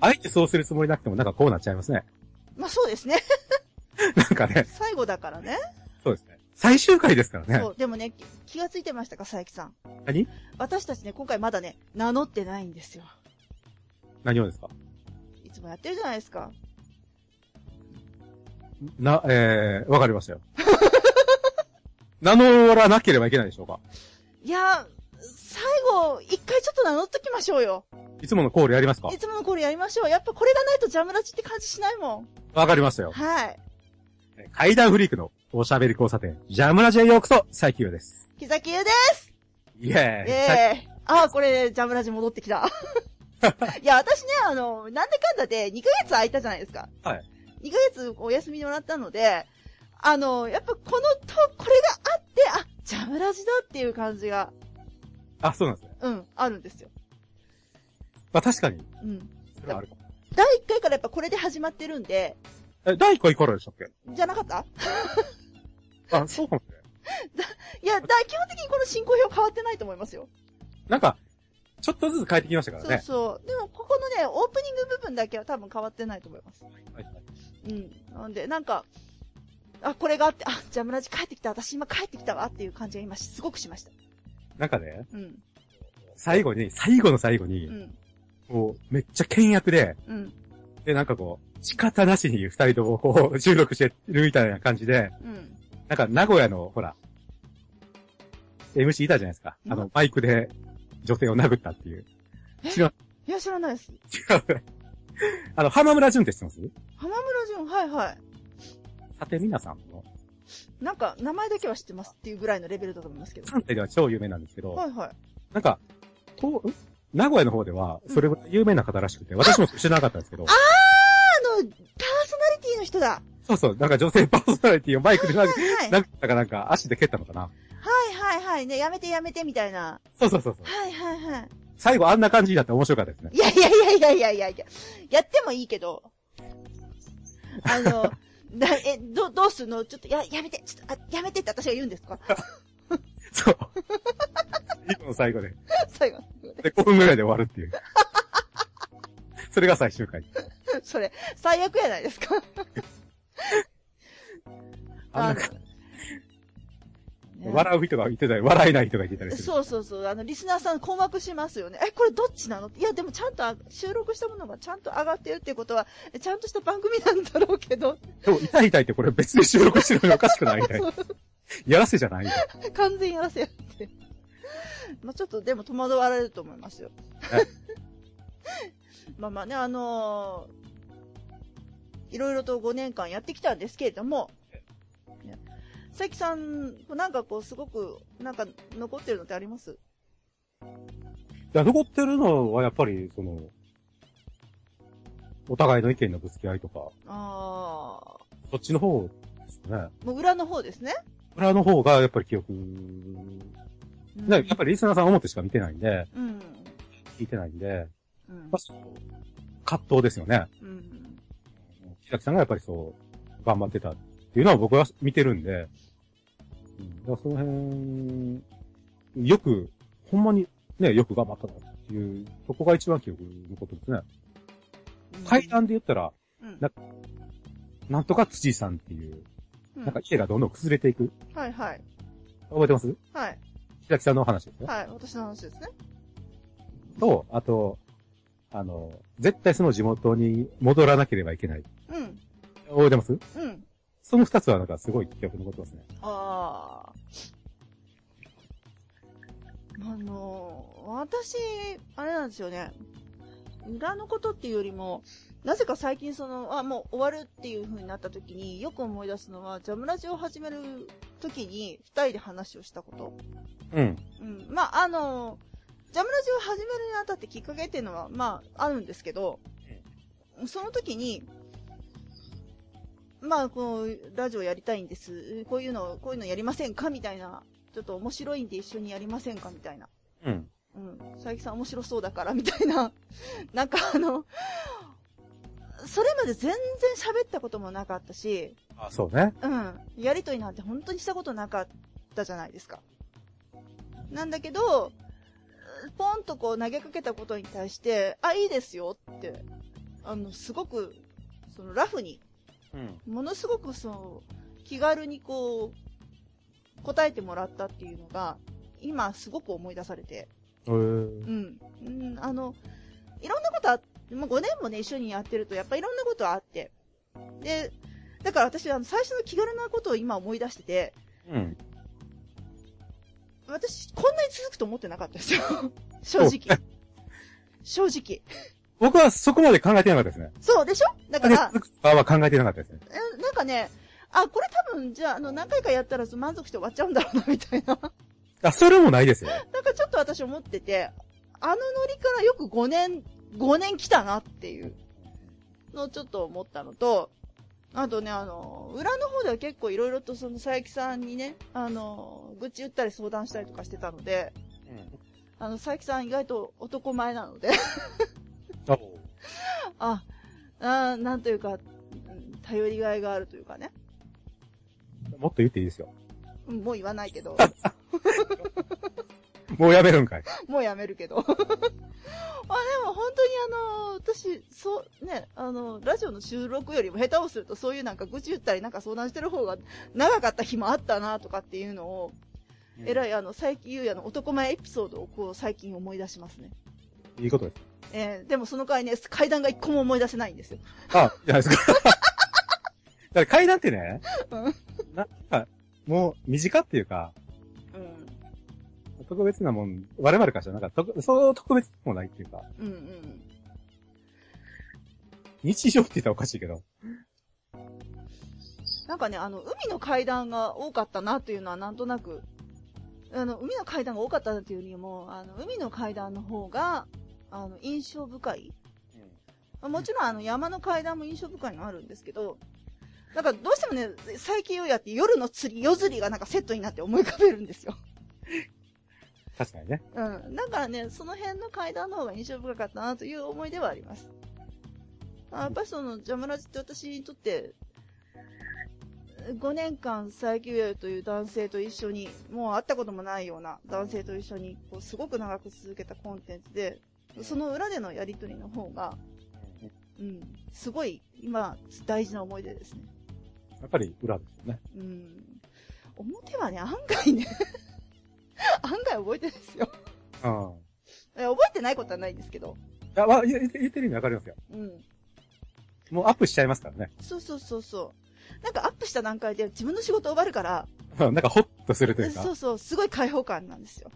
[SPEAKER 1] あえてそうするつもりなくてもなんかこうなっちゃいますね。 [LAUGHS]
[SPEAKER 2] まあそうですね。
[SPEAKER 1] なんかね、
[SPEAKER 2] 最後だからね。
[SPEAKER 1] そうですね。最終回ですからね
[SPEAKER 2] そ。う。でもね、き気がついてましたか、佐伯さん。
[SPEAKER 1] 何
[SPEAKER 2] 私たちね、今回まだね、名乗ってないんですよ。
[SPEAKER 1] 何をですか
[SPEAKER 2] いつもやってるじゃないですか。
[SPEAKER 1] な、えー、わかりましたよ。 [LAUGHS] 名乗らなければいけないでしょうか
[SPEAKER 2] いやー、最後、一回ちょっと名乗っときましょうよ。
[SPEAKER 1] いつものコールやりますか
[SPEAKER 2] いつものコールやりましょう。やっぱこれがないとジャムラジって感じしないもん。
[SPEAKER 1] わかりましたよ。
[SPEAKER 2] はい。
[SPEAKER 1] 階段フリークのおしゃべり交差点、ジャムラジへようこそ、最強です。
[SPEAKER 2] 木崎優で
[SPEAKER 1] イェーイ
[SPEAKER 2] ええああ、これ、ジャムラジ戻って
[SPEAKER 1] [LAUGHS]
[SPEAKER 2] きた。いや、私ね、あの、なんだかんだで、2ヶ月空いたじゃないですか。
[SPEAKER 1] はい。
[SPEAKER 2] 2ヶ月お休みもらったので、あの、やっぱこのと、これがあって、あ、ジャムラジだっていう感じが、
[SPEAKER 1] あ、そうなんですね。
[SPEAKER 2] うん、あるんですよ。
[SPEAKER 1] まあ確かに、
[SPEAKER 2] うん。
[SPEAKER 1] それはあるかも。
[SPEAKER 2] 第1回からやっぱこれで始まってるんで、
[SPEAKER 1] え、第1回いかがでしたっ
[SPEAKER 2] じゃなかった
[SPEAKER 1] けあ、そうかもしれない。
[SPEAKER 2] いや、だ、基本的にこの進行表変わってないと思いますよ。
[SPEAKER 1] なんか、ちょっとずつ変えてきましたから
[SPEAKER 2] そう
[SPEAKER 1] ね。
[SPEAKER 2] そう。でも、ここのね、オープニング部分だけは多分変わってないと思います。
[SPEAKER 1] はいはい
[SPEAKER 2] うん。なんで、なんか、あ、これがあって、あ、ジャムラジ帰ってきた、私今帰ってきたわっていう感じが今すごくしました。
[SPEAKER 1] なんかね、
[SPEAKER 2] うん。
[SPEAKER 1] 最後に、最後の最後に
[SPEAKER 2] う、ん。
[SPEAKER 1] こう、めっちゃ倹約で、
[SPEAKER 2] うん。
[SPEAKER 1] で、なんかこう、仕方なしに二人ともこう、収録してるみたいな感じで、
[SPEAKER 2] うん。
[SPEAKER 1] なんか名古屋の、ほら、MC いたじゃないですか。あ
[SPEAKER 2] う
[SPEAKER 1] の、バイクで女性を殴ったっていう。
[SPEAKER 2] いや、知らないです。
[SPEAKER 1] 違う。 [LAUGHS] あの、浜村淳って知ってます
[SPEAKER 2] 浜村淳、はいはい。
[SPEAKER 1] さてみなさんの、
[SPEAKER 2] なんか、名前だけは知ってますっていうぐらいのレベルだと思いますけど。
[SPEAKER 1] 関西では超有名なんですけど、
[SPEAKER 2] はいはい。
[SPEAKER 1] なんか、と、ん名古屋の方では、それぐらい有名な方らしくて、私も知らなかったんですけど、
[SPEAKER 2] あの、パーソナリティの人だ。は
[SPEAKER 1] そうそう、なんか女性パーソナリティをバイクで殴っ
[SPEAKER 2] いはい。は
[SPEAKER 1] 殴ったかなんか足で蹴ったのかな。
[SPEAKER 2] いはいはい。ね、やめてやめてみたいな。
[SPEAKER 1] そうそうそうそう。
[SPEAKER 2] はいはいはい。
[SPEAKER 1] 最後あんな感じになって面白かったです
[SPEAKER 2] [LAUGHS]
[SPEAKER 1] ね。
[SPEAKER 2] いやいやいやいやいやいやいや。やってもいいけど。あの、 [LAUGHS] なえ、ど、どうすんのちょっと、や、やめて、ちょっと、あ、やめてって私が言うんですか [LAUGHS]
[SPEAKER 1] そう。最後の最後で。
[SPEAKER 2] 最後。
[SPEAKER 1] で、5分ぐらいで終わる
[SPEAKER 2] [LAUGHS]
[SPEAKER 1] っていう。それが最終回。
[SPEAKER 2] それ、最悪やないですか
[SPEAKER 1] あ
[SPEAKER 2] あ
[SPEAKER 1] んな
[SPEAKER 2] の、ね
[SPEAKER 1] 笑う人がいてたり、笑えない人がいてたりする。
[SPEAKER 2] そうそうそう。あの、リスナーさん困惑しますよね。え、これどっちなのいや、でもちゃんとあ収録したものがちゃんと上がってるってことは、えちゃんとした番組なんだろうけど、
[SPEAKER 1] でも、痛い痛いってこれ別で収録してるのおかしくないみたいな。やらせじゃないみたい
[SPEAKER 2] 完全やらせやって。まあちょっとでも戸惑われると思いますよ
[SPEAKER 1] は。
[SPEAKER 2] [LAUGHS] まあまあね、あのーいろいろと5年間やってきたんですけれども、ね佐伯さん、なんかこう、すごく、なんか残ってるのってあります
[SPEAKER 1] な。いや、残ってるのはやっぱり、その、お互いの意見のぶつけ合いとか、
[SPEAKER 2] ああ、
[SPEAKER 1] そっちの方ですかね。
[SPEAKER 2] もう裏の方ですね。
[SPEAKER 1] 裏の方がやっぱり記憶、
[SPEAKER 2] うん
[SPEAKER 1] ねやっぱりリスナーさん表しか見てないんで、
[SPEAKER 2] うん。
[SPEAKER 1] 聞いてないんで、
[SPEAKER 2] うん
[SPEAKER 1] まあ、。そう葛藤ですよね。
[SPEAKER 2] うん。
[SPEAKER 1] 木崎さんがやっぱりそう、頑張ってたっていうのは僕は見てるんで、うん、だからその辺、よく、ほんまにね、よく頑張ったなっっていう、そこが一番記憶に残ってますね。階段で言ったら、
[SPEAKER 2] うん
[SPEAKER 1] ななんとか辻さんっていう、
[SPEAKER 2] うん
[SPEAKER 1] なんか家がどんどん崩れていく。
[SPEAKER 2] はいはい。
[SPEAKER 1] 覚えてます
[SPEAKER 2] はい。
[SPEAKER 1] 木崎さんのお話ですね。
[SPEAKER 2] はい。私の話ですね。
[SPEAKER 1] と、あと、あの、絶対その地元に戻らなければいけない。
[SPEAKER 2] うん。
[SPEAKER 1] 覚えてます
[SPEAKER 2] うん。
[SPEAKER 1] その二つはなんかすごい記憶に残ってますね。
[SPEAKER 2] ああ。あのー私、あれなんですよね。裏のことっていうよりも、なぜか最近その、あ、もう終わるっていう風になった時によく思い出すのは、ジャムラジを始める時に二人で話をしたこと。
[SPEAKER 1] うん。
[SPEAKER 2] うん。まあ、あの、ジャムラジを始めるにあたってきっかけっていうのは、まあ、あるんですけど、その時に、まあ、こう、ラジオやりたいんです。こういうの、こういうのやりませんかみたいな。ちょっと面白いんで一緒にやりませんかみたいな。
[SPEAKER 1] うん。
[SPEAKER 2] うん。佐伯さん面白そうだから、みたいな。 [LAUGHS] なんかあの、それまで全然喋ったこともなかったし、
[SPEAKER 1] あ、そうね。
[SPEAKER 2] うん。やりとりなんて本当にしたことなかったじゃないですか。なんだけど、ポンとこう投げかけたことに対して、あ、いいですよって、あの、すごく、そのラフに、
[SPEAKER 1] うん。
[SPEAKER 2] ものすごくそう、気軽にこう、答えてもらったっていうのが、今すごく思い出されて、
[SPEAKER 1] えー、
[SPEAKER 2] うん。うん、あの、いろんなことあって、まあ、5年もね、一緒にやってると、やっぱいろんなことあって。で、だから私、あの、最初の気軽なことを今思い出してて、
[SPEAKER 1] うん。
[SPEAKER 2] 私、こんなに続くと思ってなかったで
[SPEAKER 1] [LAUGHS]
[SPEAKER 2] すよ。正直。正直。
[SPEAKER 1] 僕はそこまで考えてなかったですね。
[SPEAKER 2] そうでしょだ
[SPEAKER 1] あ
[SPEAKER 2] か
[SPEAKER 1] れ、
[SPEAKER 2] ら、
[SPEAKER 1] 続くとかは考えてなかったですね。
[SPEAKER 2] えなんかね、あ、これ多分、じゃあ、あの、何回かやったら満足して終わっちゃうんだろうな、みたいな。
[SPEAKER 1] あ、それもないですよ。
[SPEAKER 2] なんかちょっと私思ってて、あのノリからよく5年、5年来たなっていうのをちょっと思ったのと、あとね、あの、裏の方では結構いろいろとその佐伯さんにね、あの、愚痴言ったり相談したりとかしてたので、あの、佐伯さん意外と男前なので、 [LAUGHS]
[SPEAKER 1] あ
[SPEAKER 2] あ、あーなんというか、うん頼りがいがあるというかね。
[SPEAKER 1] もっと言っていいですよ。
[SPEAKER 2] うんもう言わないけど、
[SPEAKER 1] もうやめるんかい。
[SPEAKER 2] もうやめるけど。あ、 [LAUGHS] でも本当にあの、私、そう、ね、あの、ラジオの収録よりも下手をするとそういうなんか愚痴言ったりなんか相談してる方が長かった日もあったなとかっていうのを、えら
[SPEAKER 1] い。
[SPEAKER 2] いあの、最近ゆうやの男前エピソードをこう最近思い出しますね。
[SPEAKER 1] いいことです。
[SPEAKER 2] えーでもその回ね、階段が一個も思い出せないんですよ。
[SPEAKER 1] あ、じゃないですか。 [LAUGHS] だから階段ってね
[SPEAKER 2] うん、
[SPEAKER 1] なんか、もう、身近っていうか、
[SPEAKER 2] うん。
[SPEAKER 1] 特別なもん、我々からしたらなんか、とそう特別もないっていうか、
[SPEAKER 2] うんうん。
[SPEAKER 1] 日常って言ったらおかしいけど、
[SPEAKER 2] なんかね、あの、海の階段が多かったなというのはなんとなく、あの、海の階段が多かったなというよりも、あの、海の階段の方が、あの、印象深い。まあもちろん、あの、山の階段も印象深いのあるんですけど、なんかどうしてもね、最近よやって夜の釣り、夜釣りがなんかセットになって思い浮かべるんですよ。
[SPEAKER 1] 確かにね。
[SPEAKER 2] うん。だからね、その辺の階段の方が印象深かったなという思いではあります。あやっぱりその、ジャムラジって私にとって、5年間、佐伯ウェルという男性と一緒に、もう会ったこともないような男性と一緒に、こう、すごく長く続けたコンテンツで、その裏でのやりとりの方が、うん、すごい、今、大事な思い出ですね。
[SPEAKER 1] やっぱり裏ですよね。
[SPEAKER 2] うん。表はね、案外ね、 [LAUGHS] 案外覚えてないですよ。
[SPEAKER 1] うん。
[SPEAKER 2] いや覚えてないことはないんですけど、
[SPEAKER 1] いや、わ言って言ってる意味わかりますよ。
[SPEAKER 2] うん。
[SPEAKER 1] もうアップしちゃいますからね。 [LAUGHS]
[SPEAKER 2] そうそうそうそう。なんかアップした段階で自分の仕事終わるから、
[SPEAKER 1] うんなんかホッとするというか
[SPEAKER 2] そ、うそう、すごい解放感なんですよ。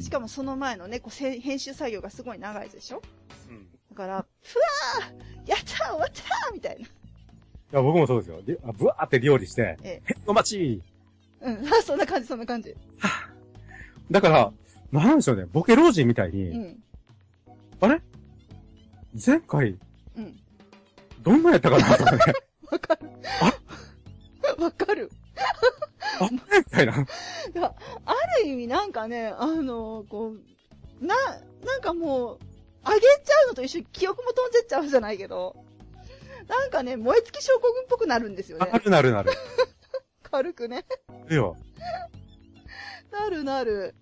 [SPEAKER 2] しかもその前のね、こうせ編集作業がすごい長いでしょ
[SPEAKER 1] うんい
[SPEAKER 2] だから、ふわーやったー終わったーみたいな。
[SPEAKER 1] や、僕もそうですよ。りあぶわーって料理して、
[SPEAKER 2] え
[SPEAKER 1] お待ち
[SPEAKER 2] うん、 [LAUGHS] そんな感じ、そんな感じ。
[SPEAKER 1] だから、なんでしょうね、ボケ老人みたいうに、
[SPEAKER 2] ん、
[SPEAKER 1] 前回、
[SPEAKER 2] うん。
[SPEAKER 1] どんなやったかなとかね、
[SPEAKER 2] [LAUGHS] わかる。 [LAUGHS] わかる。
[SPEAKER 1] あんまりみたいな。
[SPEAKER 2] ある意味なんかね、あのこう、な、なんかもう、あげちゃうのと一緒に記憶も飛んじゃっちゃうじゃないけど、なんかね、燃え尽き症候群っぽくなるんですよね
[SPEAKER 1] あ。るなるなる。
[SPEAKER 2] 軽くね。
[SPEAKER 1] いいよ。
[SPEAKER 2] なるなる。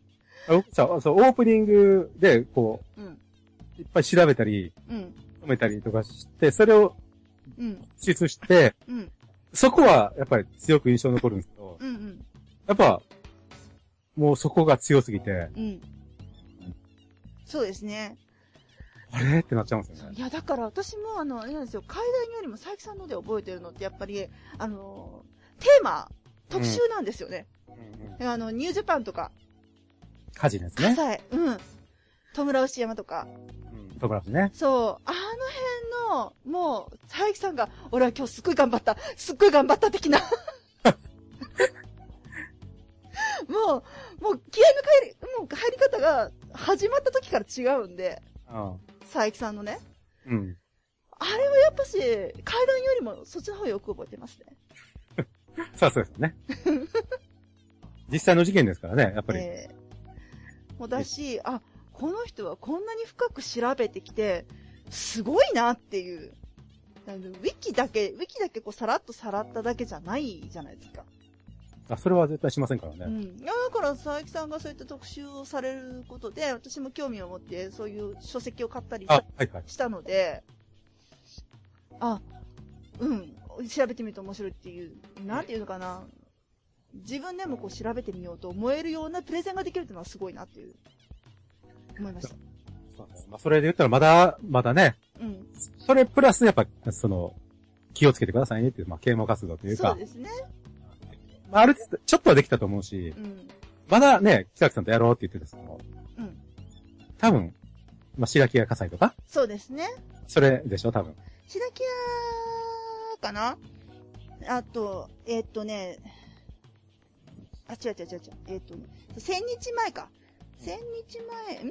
[SPEAKER 1] あ僕さ、そう、オープニングで、こ
[SPEAKER 2] うん。
[SPEAKER 1] う、いっぱい調べたり、
[SPEAKER 2] うん。
[SPEAKER 1] 止めたりとかして、それを
[SPEAKER 2] うん。
[SPEAKER 1] 抽出して、
[SPEAKER 2] うん。
[SPEAKER 1] そこはやっぱり強く印象に残るんですけど、
[SPEAKER 2] うん。うん。
[SPEAKER 1] やっぱ、もうそこが強すぎて、
[SPEAKER 2] うん。そうですね。
[SPEAKER 1] あれってなっちゃうんですよね
[SPEAKER 2] い。や、だから私もあの、あれなんですよ、階段よりも佐伯さんので覚えてるのって、やっぱり、あのー、テーマ、特集なんですよね。あの、ニュージャパンとか、
[SPEAKER 1] 火事です
[SPEAKER 2] 火
[SPEAKER 1] ね。
[SPEAKER 2] 災、うん。戸村牛山とか、
[SPEAKER 1] うん。ところですね。
[SPEAKER 2] そう、あの辺の、もう、佐伯さんが、俺は今日すっごい頑張った、すっごい頑張った的な。もう、もう気合の入り、もう入り方が始まった時から違うんで、佐伯さんのね。
[SPEAKER 1] うん。うん。
[SPEAKER 2] あれはやっぱし、階段よりもそっちの方がよく覚えてますね。
[SPEAKER 1] さあ、そうですよね。 [LAUGHS] 実際の事件ですからね、やっぱり。
[SPEAKER 2] ええもうだし、あ、この人はこんなに深く調べてきて、すごいなっていう。あのウィキだけ、ウィキだけこうさらっとさらっただけじゃないじゃないですか。
[SPEAKER 1] あ、それは絶対しませんから
[SPEAKER 2] う
[SPEAKER 1] ね。
[SPEAKER 2] ん。いや、だから佐伯さんがそういった特集をされることで、私も興味を持ってそういう書籍を買ったり
[SPEAKER 1] あ
[SPEAKER 2] さ、
[SPEAKER 1] はいはい。
[SPEAKER 2] したので、あ、うん、調べてみると面白いっていう、なんていうのかな。自分でもこう調べてみようと思えるようなプレゼンができるっていうのはすごいなっていう、思いました。
[SPEAKER 1] そうですねまあ、それで言ったらまだ、まだね、
[SPEAKER 2] うん。
[SPEAKER 1] それプラスやっぱ、その、気をつけてくださいねっていう、まあ、啓蒙活動という
[SPEAKER 2] そう
[SPEAKER 1] か、
[SPEAKER 2] ですね。
[SPEAKER 1] まあ、ある程度、ちょっとはできたと思うし
[SPEAKER 2] う、ん。
[SPEAKER 1] まだね、木崎さんとやろうって言ってたんですけど、
[SPEAKER 2] うん。
[SPEAKER 1] 多分、まあ、白木屋火災とか、
[SPEAKER 2] そうですね。
[SPEAKER 1] それでしょ、多分。
[SPEAKER 2] 白木屋かなあと、えっとね、あ、違う違う違う違う。えっとね、千日前か。千日前、ん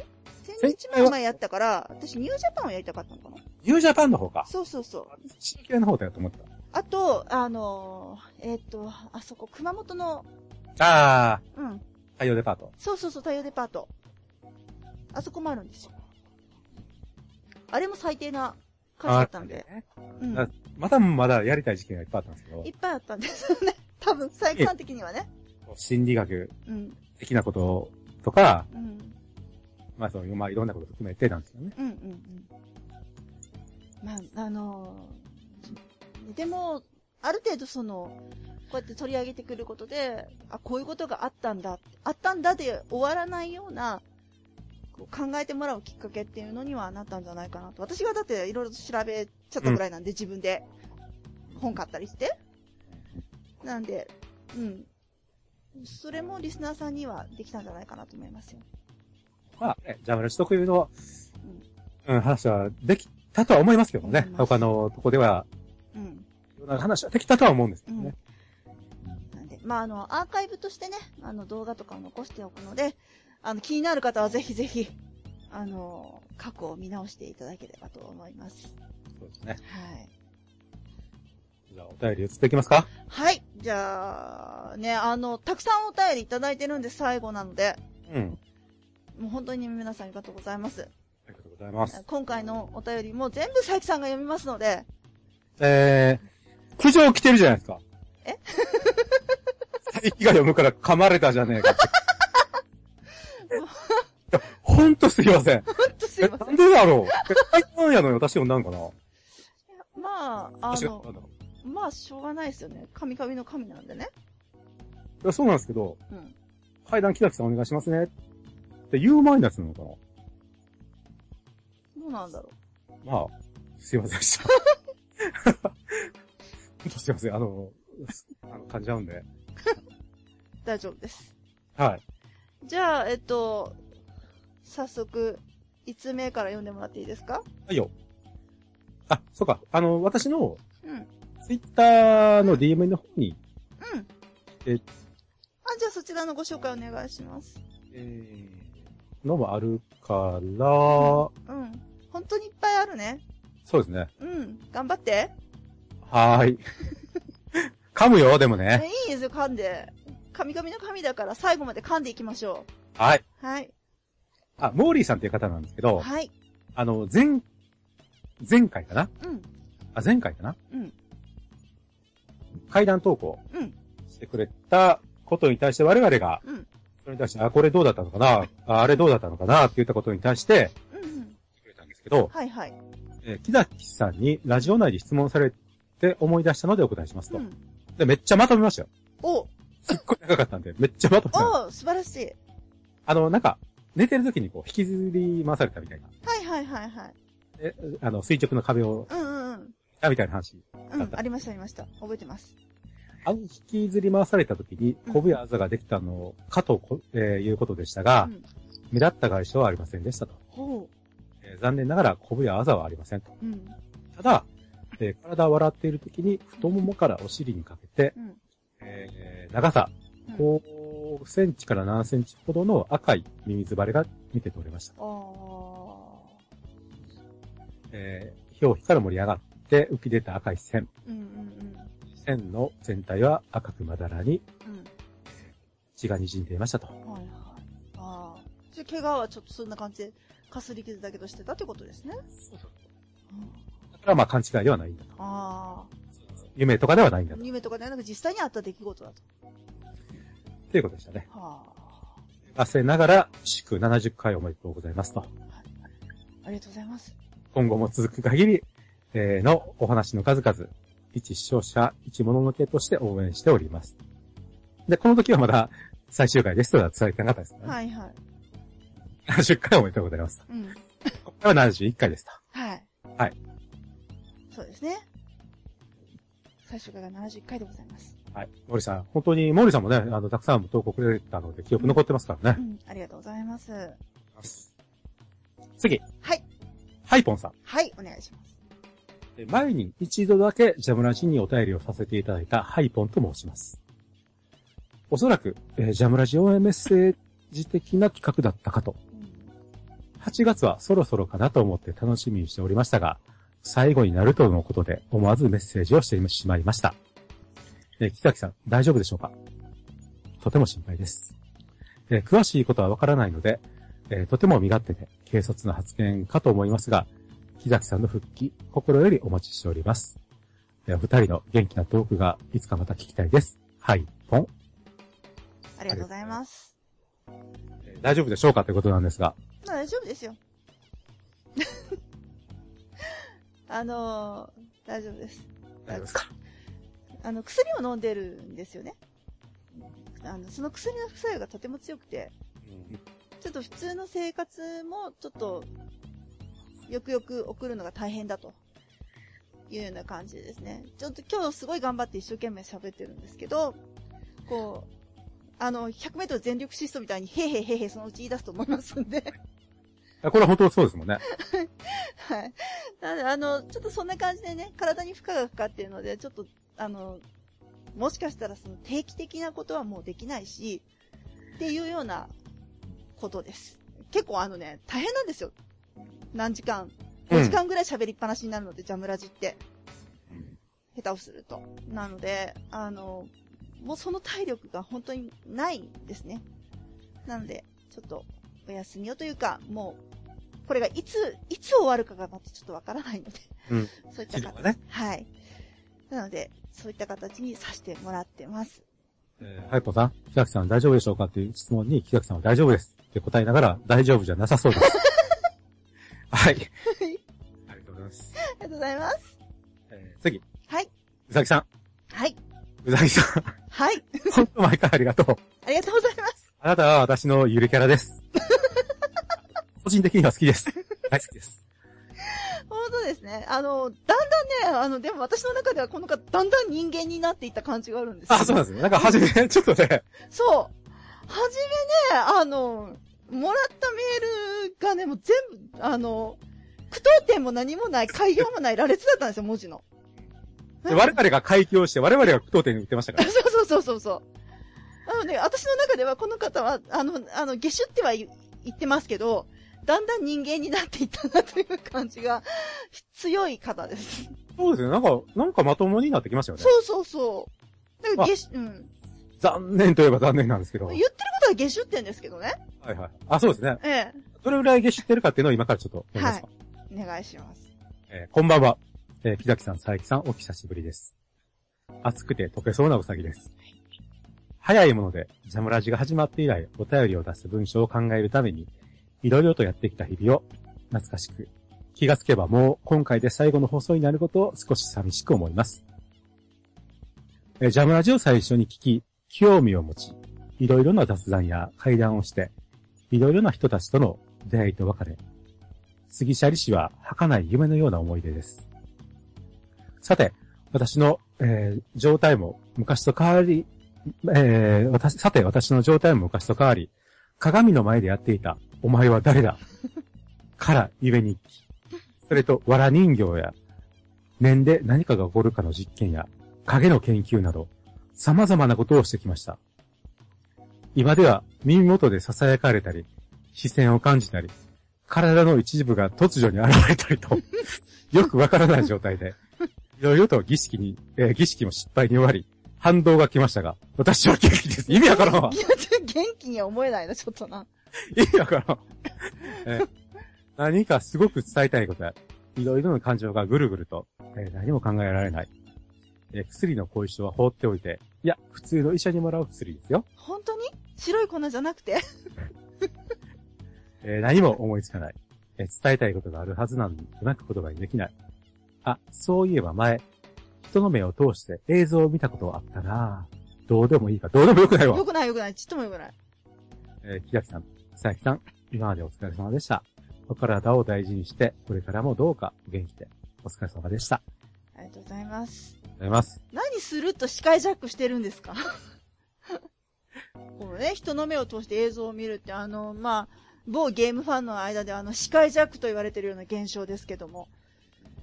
[SPEAKER 2] 千日前前やったから、私ニュージャパンをやりたかったのかな
[SPEAKER 1] ニュージャパンの方か。
[SPEAKER 2] そうそうそう。
[SPEAKER 1] 白木屋の方だよと思って
[SPEAKER 2] あと、あのーえっ、と、あそこ、熊本の、
[SPEAKER 1] た。ああ、
[SPEAKER 2] うん、
[SPEAKER 1] 太陽デパート。
[SPEAKER 2] そうそうそう、太陽デパート。あそこもあるんですよ。あれも最低な感じだったんで。うん。
[SPEAKER 1] あまだまだやりたい事件がいっぱいあったんですけど
[SPEAKER 2] い、っぱいあったんですよね。多分、最感的にはね。
[SPEAKER 1] 心理学
[SPEAKER 2] うん、
[SPEAKER 1] 的なこととか、
[SPEAKER 2] うん、
[SPEAKER 1] まあそういう、まあいろんなこと含めてなんですよね。
[SPEAKER 2] うん、うん、うん。まあ、あのーでも、ある程度その、こうやって取り上げてくることで、あ、こういうことがあったんだ、あったんだで終わらないような、こう考えてもらうきっかけっていうのにはなったんじゃないかなと。私がだっていろいろと調べちゃったぐらいなんで、自分で本買ったりして。なんで、うん。それもリスナーさんにはできたんじゃないかなと思いますよ。
[SPEAKER 1] まあ、ね、ジャムラシ特有の
[SPEAKER 2] うん、
[SPEAKER 1] うん、話はできたとは思いますけど
[SPEAKER 2] 思
[SPEAKER 1] ね
[SPEAKER 2] い。ます
[SPEAKER 1] 他のとこでは、
[SPEAKER 2] うん。
[SPEAKER 1] いろんな話はできたとは思うんですけどね。
[SPEAKER 2] なんで、まあ、あの、アーカイブとしてね、あの、動画とかを残しておくので、あの、気になる方はぜひぜひ、あの、過去を見直していただければと思います。
[SPEAKER 1] そうですね。
[SPEAKER 2] はい。
[SPEAKER 1] じゃあ、お便り移っていきますか
[SPEAKER 2] はい。じゃあ、ね、あの、たくさんお便りいただいてるんで最後なので、
[SPEAKER 1] うん。
[SPEAKER 2] もう本当に皆さんありがとうございます。
[SPEAKER 1] ありがとうございます。
[SPEAKER 2] 今回のお便りも全部佐伯さんが読みますので、
[SPEAKER 1] えー、苦情来てるじゃないですか。
[SPEAKER 2] え
[SPEAKER 1] 最近が読むから噛まれたじゃねえかって。いやほんとすいません。
[SPEAKER 2] ほんとすいませ。
[SPEAKER 1] えなんでだろうえ最近なんやのに私読んだんかなん
[SPEAKER 2] まあ、あ
[SPEAKER 1] 私が
[SPEAKER 2] の
[SPEAKER 1] 読ん、だの
[SPEAKER 2] まあ、しょうがないですよね。神々の神なんでね。
[SPEAKER 1] いやそうなんですけど、
[SPEAKER 2] うん。
[SPEAKER 1] 階段木崎さんお願いしますね。って言う前のやつなのか
[SPEAKER 2] どうなんだろう。
[SPEAKER 1] なまあ、すいませんでした。 [LAUGHS] ほんとすいません、あの、あの、感じちゃうんで。
[SPEAKER 2] 大丈夫です。
[SPEAKER 1] はい。
[SPEAKER 2] じゃあ、えっと、早速、5つ目から読んでもらっていいですか
[SPEAKER 1] はいよ。あ、そうか。あの、私の、
[SPEAKER 2] うん。うん。
[SPEAKER 1] ツイッターの DM の方に、え
[SPEAKER 2] あ、じゃあそちらのご紹介お願いします。
[SPEAKER 1] えー、のもあるから、
[SPEAKER 2] うん。本当にいっぱいあるね。
[SPEAKER 1] そうですね。
[SPEAKER 2] うん。頑張って。
[SPEAKER 1] はーい。 [LAUGHS] 噛むよ、でもね。
[SPEAKER 2] えいいですよ、噛んで。神々の神だから最後まで噛んでいきましょ
[SPEAKER 1] はい。
[SPEAKER 2] う。はい。
[SPEAKER 1] あ、モーリーさんっていう方なんですけど、
[SPEAKER 2] はい。
[SPEAKER 1] あの、前、前回かな
[SPEAKER 2] うん。
[SPEAKER 1] あ、前回かな
[SPEAKER 2] うん。
[SPEAKER 1] 階段投稿
[SPEAKER 2] うん。
[SPEAKER 1] してくれたことに対して我々が、
[SPEAKER 2] うん
[SPEAKER 1] それに対して、あ、これどうだったのかなあ、あれどうだったのかなって言ったことに対して、
[SPEAKER 2] うんうん。
[SPEAKER 1] くれたんですけど、
[SPEAKER 2] はいはい。
[SPEAKER 1] えー木崎さんにラジオ内で質問されて思い出したのでお答えしますと。
[SPEAKER 2] うん。
[SPEAKER 1] で、めっちゃまとめましたよ。
[SPEAKER 2] お、
[SPEAKER 1] すっごい長かったんで、めっちゃまとめた。
[SPEAKER 2] お、素晴らしい。
[SPEAKER 1] あの、なんか、寝てる時にこう、引きずり回されたみたいな。
[SPEAKER 2] はいはいはいはい。
[SPEAKER 1] え、あの、垂直の壁を、
[SPEAKER 2] うんうんうん。
[SPEAKER 1] あみたいな話。
[SPEAKER 2] うん、ありましたありました。覚えてます。
[SPEAKER 1] あの、引きずり回された時に
[SPEAKER 2] うん、
[SPEAKER 1] こぶやあざができたのかとこ、えーいうことでしたが、
[SPEAKER 2] うん
[SPEAKER 1] 目立った外傷はありませんでしたと。
[SPEAKER 2] ほ
[SPEAKER 1] えー残念ながら、こぶやあざはありませんと。
[SPEAKER 2] う。うん。
[SPEAKER 1] ただ、えー体を笑っている時に、太ももからお尻にかけて、
[SPEAKER 2] うん。
[SPEAKER 1] えー長さ、5センチから7センチほどの赤いミミズバレが見て取れました。
[SPEAKER 2] ああ。
[SPEAKER 1] えー表皮から盛り上がって浮き出た赤い線。
[SPEAKER 2] うんうん
[SPEAKER 1] 線の全体は赤くまだらに
[SPEAKER 2] うん。うん。
[SPEAKER 1] 血が滲んでいましたと。
[SPEAKER 2] はいはい。ああ。じゃあ、怪我はちょっとそんな感じで、かすり傷だけどしてたってことですね。うん
[SPEAKER 1] だからまあ勘違いではないんだと。
[SPEAKER 2] あ
[SPEAKER 1] 夢とかではないん
[SPEAKER 2] あ
[SPEAKER 1] だ。と。
[SPEAKER 2] 夢とかではなく実際にあった出来事だと。
[SPEAKER 1] ということでしたね。
[SPEAKER 2] はあ。
[SPEAKER 1] 焦ながら、祝70回おめでとうございますと。
[SPEAKER 2] ありがとうございます。
[SPEAKER 1] 今後も続く限り、えーのお話の数々、一視聴者、一物のけとして応援しております。で、この時はまだ最終回ですとは伝えてなかったですからね。
[SPEAKER 2] はいはい。
[SPEAKER 1] 70回おめでとうございます。
[SPEAKER 2] うん。
[SPEAKER 1] これは71回でした。
[SPEAKER 2] はい。
[SPEAKER 1] はい。
[SPEAKER 2] そうですね。最初から70回でございます。
[SPEAKER 1] はい。森さん、本当に、森さんもね、あの、たくさん投稿くれたので、記憶残ってますからね
[SPEAKER 2] う。ん。ありがとうございます。
[SPEAKER 1] 次。
[SPEAKER 2] はい。
[SPEAKER 1] ハイポンさん。
[SPEAKER 2] はい、お願いします。
[SPEAKER 1] え前に一度だけジャムラジにお便りをさせていただいたハイポンと申します。おそらく、えージャムラジ応援メッセージ的な企画だったかと。
[SPEAKER 2] うん
[SPEAKER 1] 8月はそろそろかなと思って楽しみにしておりましたが、最後になるとのことで思わずメッセージをしてしまいました。えー、北木さん、大丈夫でしょうかとても心配です。えー詳しいことはわからないので、えーとても身勝手で軽率な発言かと思いますが、木崎さんの復帰、心よりお待ちしております。えーお二人の元気なトークがいつかまた聞きたいです。はい、ポン。
[SPEAKER 2] ありがとうございます。
[SPEAKER 1] えー大丈夫でしょうかということなんですが、
[SPEAKER 2] まあ大丈夫ですよ。 [LAUGHS] あのー大丈夫です。
[SPEAKER 1] 大丈夫ですか
[SPEAKER 2] あの、薬を飲んでるんですよね。あの、その薬の副作用がとても強くて、ちょっと普通の生活もちょっと、よくよく送るのが大変だと。いうような感じですね。ちょっと今日すごい頑張って一生懸命喋ってるんですけど、こう、あの、100メートル全力疾走みたいに、へーへーへーへーそのうち言い出すと思いますんで。
[SPEAKER 1] あこれは本当そうですもん [LAUGHS] ね。
[SPEAKER 2] [LAUGHS] はい。なので、あの、ちょっとそんな感じでね、体に負荷がかかっているので、ちょっと、あの、もしかしたらその定期的なことはもうできないし、っていうようなことです。結構あのね、大変なんですよ。何時間。
[SPEAKER 1] うん
[SPEAKER 2] 5時間ぐらい喋りっぱなしになるので、ジャムラジって。下手をすると。なので、あの、もうその体力が本当にないんですね。なので、ちょっとお休みをというか、もう、これがいつ、いつ終わるかがまたちょっとわからないので、
[SPEAKER 1] うん
[SPEAKER 2] そういった
[SPEAKER 1] 企業
[SPEAKER 2] 形
[SPEAKER 1] が、ね。
[SPEAKER 2] はい。なので、そういった形にさせてもらってます。
[SPEAKER 1] えー、ハイポさん、木崎さん大丈夫でしょうかっていう質問に、木崎さんは大丈夫ですって答えながら、大丈夫じゃなさそうです。 [LAUGHS] はい。ありがとうございます。
[SPEAKER 2] ありがとうございます。
[SPEAKER 1] えー、次。
[SPEAKER 2] はいう
[SPEAKER 1] さぎさん。
[SPEAKER 2] はい。
[SPEAKER 1] うさぎさ [LAUGHS] ん。
[SPEAKER 2] はい。
[SPEAKER 1] 本当毎回ありがとう。
[SPEAKER 2] ありがとうございます。 [LAUGHS]
[SPEAKER 1] あなたは私のゆるキャラです。 [LAUGHS] 個人的には好きです。大好きです。
[SPEAKER 2] 本当ですね。あの、だんだんね、あの、でも私の中ではこの方、だんだん人間になっていった感じがあるんですよ
[SPEAKER 1] [LAUGHS] あ、そうなんですね。なんか [LAUGHS] 初め、ちょっとね、
[SPEAKER 2] そう。はじめね、あの、もらったメールがね、もう全部、あの、句読点も何もない、改行もない、羅列だったんですよ、文字の。
[SPEAKER 1] で我々が開をして、我々が句読点に言ってましたから。
[SPEAKER 2] [LAUGHS] そうそうそうそうそう。なので、私の中ではこの方は、あの、あの、下手っては言言ってますけど、だんだん人間になっていったなという感じが、強い方です。
[SPEAKER 1] そうですね。なんか、なんかまともになってきましたよね。
[SPEAKER 2] そうそうそう。だから
[SPEAKER 1] あ
[SPEAKER 2] 下手、うん。
[SPEAKER 1] 残念といえば残念なんですけど。
[SPEAKER 2] 言
[SPEAKER 1] は
[SPEAKER 2] って
[SPEAKER 1] い
[SPEAKER 2] ることは下手ってんですけどね。
[SPEAKER 1] はい。あ、そうですね。
[SPEAKER 2] ええ。
[SPEAKER 1] どれぐらい下知ってるかっていうのを今からちょっと思いますか。
[SPEAKER 2] お願いします。
[SPEAKER 1] えーこんばんは。えー木崎さん、佐伯さん、お久しぶりです。暑くて溶けそうなうさぎです。早いもので、ジャムラジが始まって以来、お便りを出す文章を考えるために、いろいろとやってきた日々を、懐かしく、気がつけばもう今回で最後の放送になることを少し寂しく思います。えージャムラジを最初に聞き、興味を持ち、いろいろな雑談や会談をして、いろいろな人たちとの出会いと別れ、杉シャリ氏は儚い夢のような思い出です。さて、私の、えー状態も昔と変わり、えー私、さて、私の状態も昔と変わり、鏡の前でやっていた、お前は誰だから、ゆえに、それと、藁人形や、念で何かが起こるかの実験や、影の研究など、様々なことをしてきました。今では、耳元で囁かれたり、視線を感じたり、体の一部が突如に現れたりと、 [LAUGHS] よくわからない状態で、いろいろと儀式に、えー儀式も失敗に終わり、反動が来ましたが、私は元気です。意味わからんわ
[SPEAKER 2] いや元気には思えないな、ちょっとな。
[SPEAKER 1] 意味わからん。 [LAUGHS] えー何かすごく伝えたいことや、いろいろな感情がぐるぐると、えー何も考えられない。えー薬の後遺症は放っておいて、いや、普通の医者にもらう薬ですよ。
[SPEAKER 2] 本当に白い粉じゃなくて
[SPEAKER 1] えー何も思いつかない、えー伝えたいことがあるはずなのに、うまく言葉にできない。あ、そういえば前、人の目を通して映像を見たことはあったなどうでもいいか、どうでもよくないわ
[SPEAKER 2] よ。くないよくない。ちっともよくない。
[SPEAKER 1] えー、木崎さん、佐伯さん、今までお疲れ様でした。お体を大事にして、これからもどうかお元気で。お疲れ様でした。あり
[SPEAKER 2] ありがとうございます。
[SPEAKER 1] がとうございます。
[SPEAKER 2] 何スルッと視界ジャックしてるんですか [LAUGHS] このね、人の目を通して映像を見るって、あの、まあ、某ゲームファンの間ではあの、視界ジャックと言われてるような現象ですけども。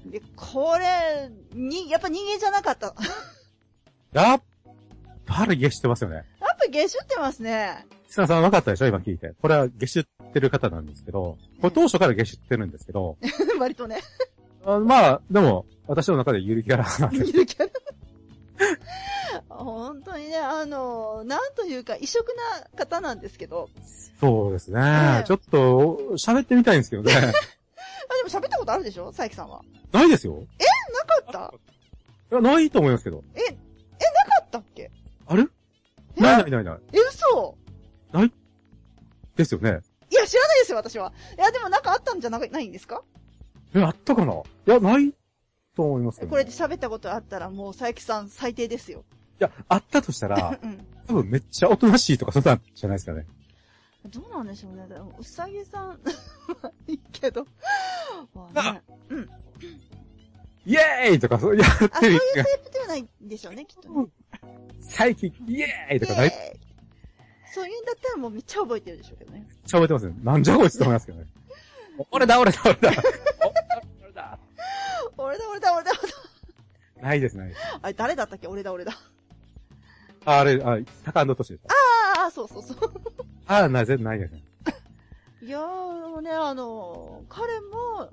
[SPEAKER 2] で、これ、に、やっぱ人間じゃなかった。やっ
[SPEAKER 1] やっぱりゲシってますよね。
[SPEAKER 2] ぱゲシュってますね。 [LAUGHS]
[SPEAKER 1] 砂さん分かったでしょ今聞いて。これはゲシってる方なんですけど、これ当初からゲシってるんですけど、
[SPEAKER 2] 割とね。
[SPEAKER 1] あまあ、でも、私の中でゆるキャラなんで
[SPEAKER 2] [LAUGHS] 見るけど。 [LAUGHS] 本当にね、あの、なんというか、異色な方なんですけど。
[SPEAKER 1] そうです
[SPEAKER 2] え
[SPEAKER 1] ね
[SPEAKER 2] え。
[SPEAKER 1] ちょっと、喋ってみたいんですけどね。
[SPEAKER 2] あ、でも喋ったことあるでしょ佐伯さんは。
[SPEAKER 1] ないですよ。
[SPEAKER 2] なかった
[SPEAKER 1] いや、ないと思いますけど。
[SPEAKER 2] え、え、なかったっけ
[SPEAKER 1] あれ
[SPEAKER 2] え
[SPEAKER 1] ないないないない。
[SPEAKER 2] え、嘘
[SPEAKER 1] ですよね。
[SPEAKER 2] いや、知らないですよ、私は。いや、でもなんかあったんじゃなないんですか
[SPEAKER 1] え、あったかないや、ないと思いますけど。
[SPEAKER 2] これで喋ったことあったら、もう、佐伯さん最低ですよ。、
[SPEAKER 1] いや、あったとしたら
[SPEAKER 2] [LAUGHS] うん。
[SPEAKER 1] 多分めっちゃおとなしいとか、そんなんじゃないですかね。
[SPEAKER 2] どうなんでしょうね。でもうさぎさん、 [LAUGHS] まあいいけど。まあ
[SPEAKER 1] あ
[SPEAKER 2] ね
[SPEAKER 1] イエーイとか、そうやっ
[SPEAKER 2] あ、そう
[SPEAKER 1] て
[SPEAKER 2] い
[SPEAKER 1] る
[SPEAKER 2] うタイプではないんでしょうね、きっとね。
[SPEAKER 1] 最近、イエーイとか、ないっ
[SPEAKER 2] でそういうんだったらもうめっちゃ覚えてるでしょうけどね。
[SPEAKER 1] ちゃ覚えて
[SPEAKER 2] [LAUGHS]
[SPEAKER 1] ますね。なんじゃこいつと思いますけどね。俺だ、俺だ、俺だ。俺だ。
[SPEAKER 2] 俺だ、俺だ、俺だ、俺だ。
[SPEAKER 1] ないですね。
[SPEAKER 2] あれ、誰だったっけ俺だ、
[SPEAKER 1] [LAUGHS]
[SPEAKER 2] 俺だ。
[SPEAKER 1] ああれ、あ、高安の年です。
[SPEAKER 2] ああ、そうそうそう。
[SPEAKER 1] ああ、ない、全然ないですね。
[SPEAKER 2] [LAUGHS] いやー、でもね、あの、彼も、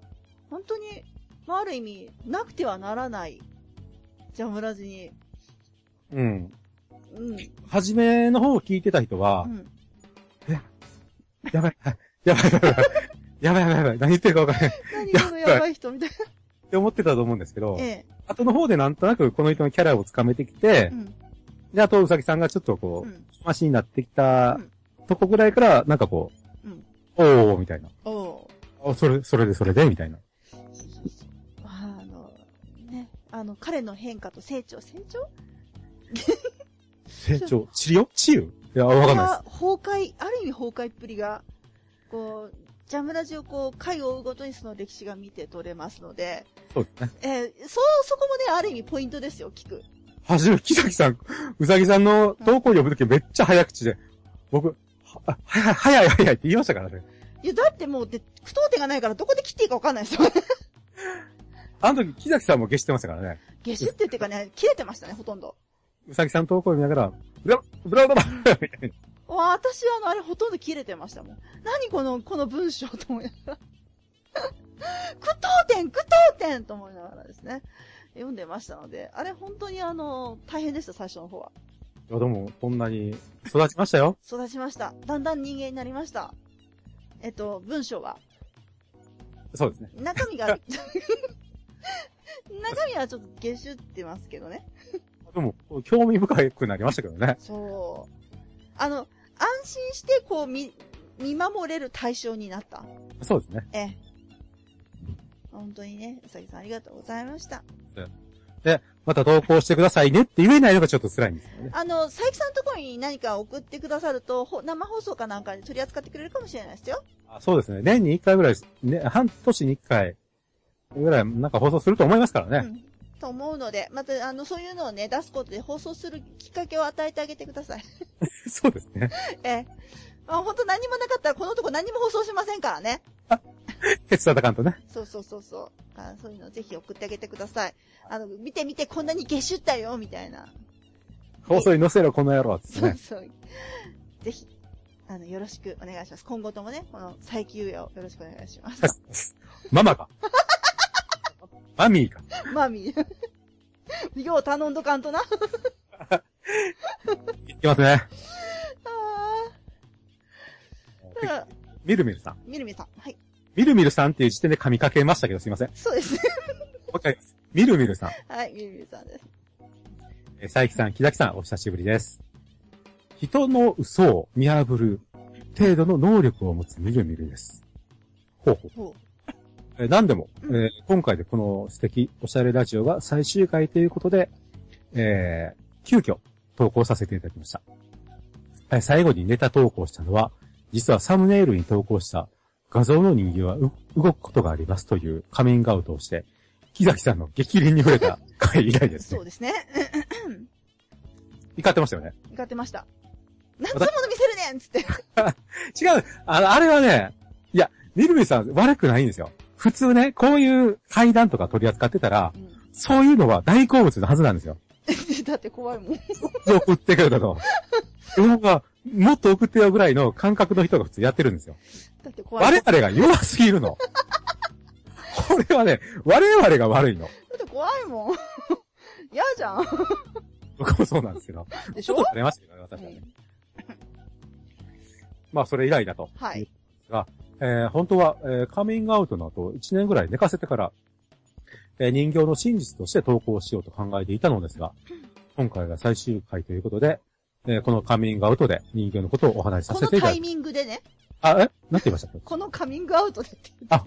[SPEAKER 2] 本当に、まあ、ある意味、なくてはならない、ジャムラジに。
[SPEAKER 1] うん。
[SPEAKER 2] うん。
[SPEAKER 1] 初めの方を聞いてた人は
[SPEAKER 2] う、ん。
[SPEAKER 1] やばい、やばい、やばい、やばい、やばい、やばい、何言ってるかわからない。っ
[SPEAKER 2] 何このやばい人
[SPEAKER 1] [LAUGHS]
[SPEAKER 2] みたいな。
[SPEAKER 1] て思ってたと思うんですけど、
[SPEAKER 2] え
[SPEAKER 1] 後の方でなんとなくこの人のキャラをつかめてきて
[SPEAKER 2] え。う、ん。
[SPEAKER 1] で、あと、うさぎさんがちょっとこ
[SPEAKER 2] う
[SPEAKER 1] う、
[SPEAKER 2] ん。
[SPEAKER 1] マシになってきたとこぐらいから、なんかこう、
[SPEAKER 2] うん
[SPEAKER 1] おーおーみたいな。
[SPEAKER 2] おお
[SPEAKER 1] あ、それ、それでそれでみたいな。
[SPEAKER 2] う。あの、ね、あの、彼の変化と成長、成長
[SPEAKER 1] 成長。治療治癒いや、わかんないです。
[SPEAKER 2] いや崩壊、ある意味崩壊っぷりが、こう、ジャムラジをこう、回を追うごとにその歴史が見て取れますので、
[SPEAKER 1] そうですね。
[SPEAKER 2] えー、そう、そこもね、ある意味ポイントですよ、聞く。
[SPEAKER 1] はじめ、木崎さん、うさぎさんの投稿を読むときめっちゃ早口で、僕、は、は、早い早いって言いましたからね。
[SPEAKER 2] いや、だってもう、で、苦闘点がないからどこで切っていいかわかんないですよ。 [LAUGHS]
[SPEAKER 1] あの時、木崎さんも消してましたからね。
[SPEAKER 2] ゲシュってっていうかね、切れてましたね、ほとんど。
[SPEAKER 1] うさぎさんの投稿を見ながら、ブラ、ブラブラブラみ [LAUGHS] たい
[SPEAKER 2] わ私はあの、あれほとんど切れてましたもん。何この、この文章と思いなが [LAUGHS] ら。苦闘点苦闘点と思いながらですね。読んでましたので、あれ本当にあの、大変でした、最初の方は。
[SPEAKER 1] な。いや、でも、こんなに育ちましたよ。
[SPEAKER 2] 育ちました。だんだん人間になりました。えっと、文章は。
[SPEAKER 1] そうですね。
[SPEAKER 2] 中身が、中身はちょっと下手ってますけどね。
[SPEAKER 1] でも、興味深くなりましたけどね。
[SPEAKER 2] そう。あの、安心してこう見、見守れる対象になった。
[SPEAKER 1] そうですね。
[SPEAKER 2] ええ。本当にね、うさぎさんありがとうございました。
[SPEAKER 1] また投稿してくださいねって言えないのがちょっと辛いんですよね。
[SPEAKER 2] あの、佐伯さんのところに何か送ってくださると、ほ生放送かなんかで取り扱ってくれるかもしれないですよ。
[SPEAKER 1] あそうですね。年に1回ぐらいです、ね、半年に1回ぐらいなんか放送すると思いますから
[SPEAKER 2] う
[SPEAKER 1] ね。
[SPEAKER 2] ん。と思うので、また、あの、そういうのをね、出すことで放送するきっかけを与えてあげてください。 [LAUGHS]
[SPEAKER 1] [LAUGHS] そうですね。
[SPEAKER 2] ええ。まあ、本当何もなかったら、このとこ何も放送しませんからね。
[SPEAKER 1] 手伝ったかんとね。
[SPEAKER 2] そうそうそうそう。あそういうのぜひ送ってあげてください。あの、見て見て、こんなに下手ったよ、みたいな。
[SPEAKER 1] 放送に載せろ、この野郎っ [LAUGHS] つって
[SPEAKER 2] そう
[SPEAKER 1] ね。
[SPEAKER 2] そう。ぜひ、あの、よろしくお願いします。今後ともね、この、再起猶予をよろしくお願いし [LAUGHS] ます。
[SPEAKER 1] ママが。マミーが。
[SPEAKER 2] マミー。 [LAUGHS] よう頼んどかんとな。あ
[SPEAKER 1] いきますね。
[SPEAKER 2] ーただ
[SPEAKER 1] みるみるさん。
[SPEAKER 2] みるみるさん。はい。
[SPEAKER 1] みるみるさんっていう時点で噛みかけましたけど、すいません。も
[SPEAKER 2] そうですね。 [LAUGHS]
[SPEAKER 1] う一回言います。みるみるさん。
[SPEAKER 2] はい、みるみるさんです。
[SPEAKER 1] えー、佐伯さん、木崎さん、お久しぶりです。人の嘘を見破る程度の能力を持つみるみるです。ほうほう。
[SPEAKER 2] ほ
[SPEAKER 1] えー何でも、え
[SPEAKER 2] うん
[SPEAKER 1] ー今回でこの素敵おしゃれラジオが最終回ということで、えー急遽投稿させていただきました。えー最後にネタ投稿したのは、実はサムネイルに投稿した画像の人形はう動くことがありますという仮面ガウトをして、木崎さんの激凛に触れ
[SPEAKER 2] [LAUGHS]
[SPEAKER 1] た回以来
[SPEAKER 2] う。
[SPEAKER 1] です
[SPEAKER 2] そ
[SPEAKER 1] ね
[SPEAKER 2] う。ですね。
[SPEAKER 1] 怒ってましたよね。
[SPEAKER 2] 向かってました。なんつうもの見せるねんつって。
[SPEAKER 1] 違う。あの、あれはね、いや、ニルビさん悪くないんですよ。普通ね、こういう階段とか取り扱ってたら、そういうのは大好物のはずなんですよ。
[SPEAKER 2] [LAUGHS] だって怖いもん。
[SPEAKER 1] 送ってくるだと。なんか、もっと送ってよぐらいの感覚の人が普通やってるんですよ。
[SPEAKER 2] だって怖いもん。
[SPEAKER 1] 我々が弱すぎるの。これはね、我々が悪いの。
[SPEAKER 2] だって怖いもん。 [LAUGHS] 嫌じゃん。
[SPEAKER 1] 僕もそうなんですけど。
[SPEAKER 2] でし
[SPEAKER 1] ちょ
[SPEAKER 2] ょ
[SPEAKER 1] っと垂れましたけどね、私はね。まあ、それ以来だと。
[SPEAKER 2] はい。
[SPEAKER 1] えー本当は、えーカミングアウトの後、1年ぐらい寝かせてから、えー人形の真実として投稿しようと考えていたのですが、今回が最終回ということで、えーこのカミングアウトで人形のことをお話しさ
[SPEAKER 2] こ
[SPEAKER 1] せ
[SPEAKER 2] の
[SPEAKER 1] ていた
[SPEAKER 2] タ
[SPEAKER 1] だ
[SPEAKER 2] イ
[SPEAKER 1] き、
[SPEAKER 2] ミングでね、
[SPEAKER 1] あ、えなんて言いましたっけ
[SPEAKER 2] このカミングアウトでって
[SPEAKER 1] あ、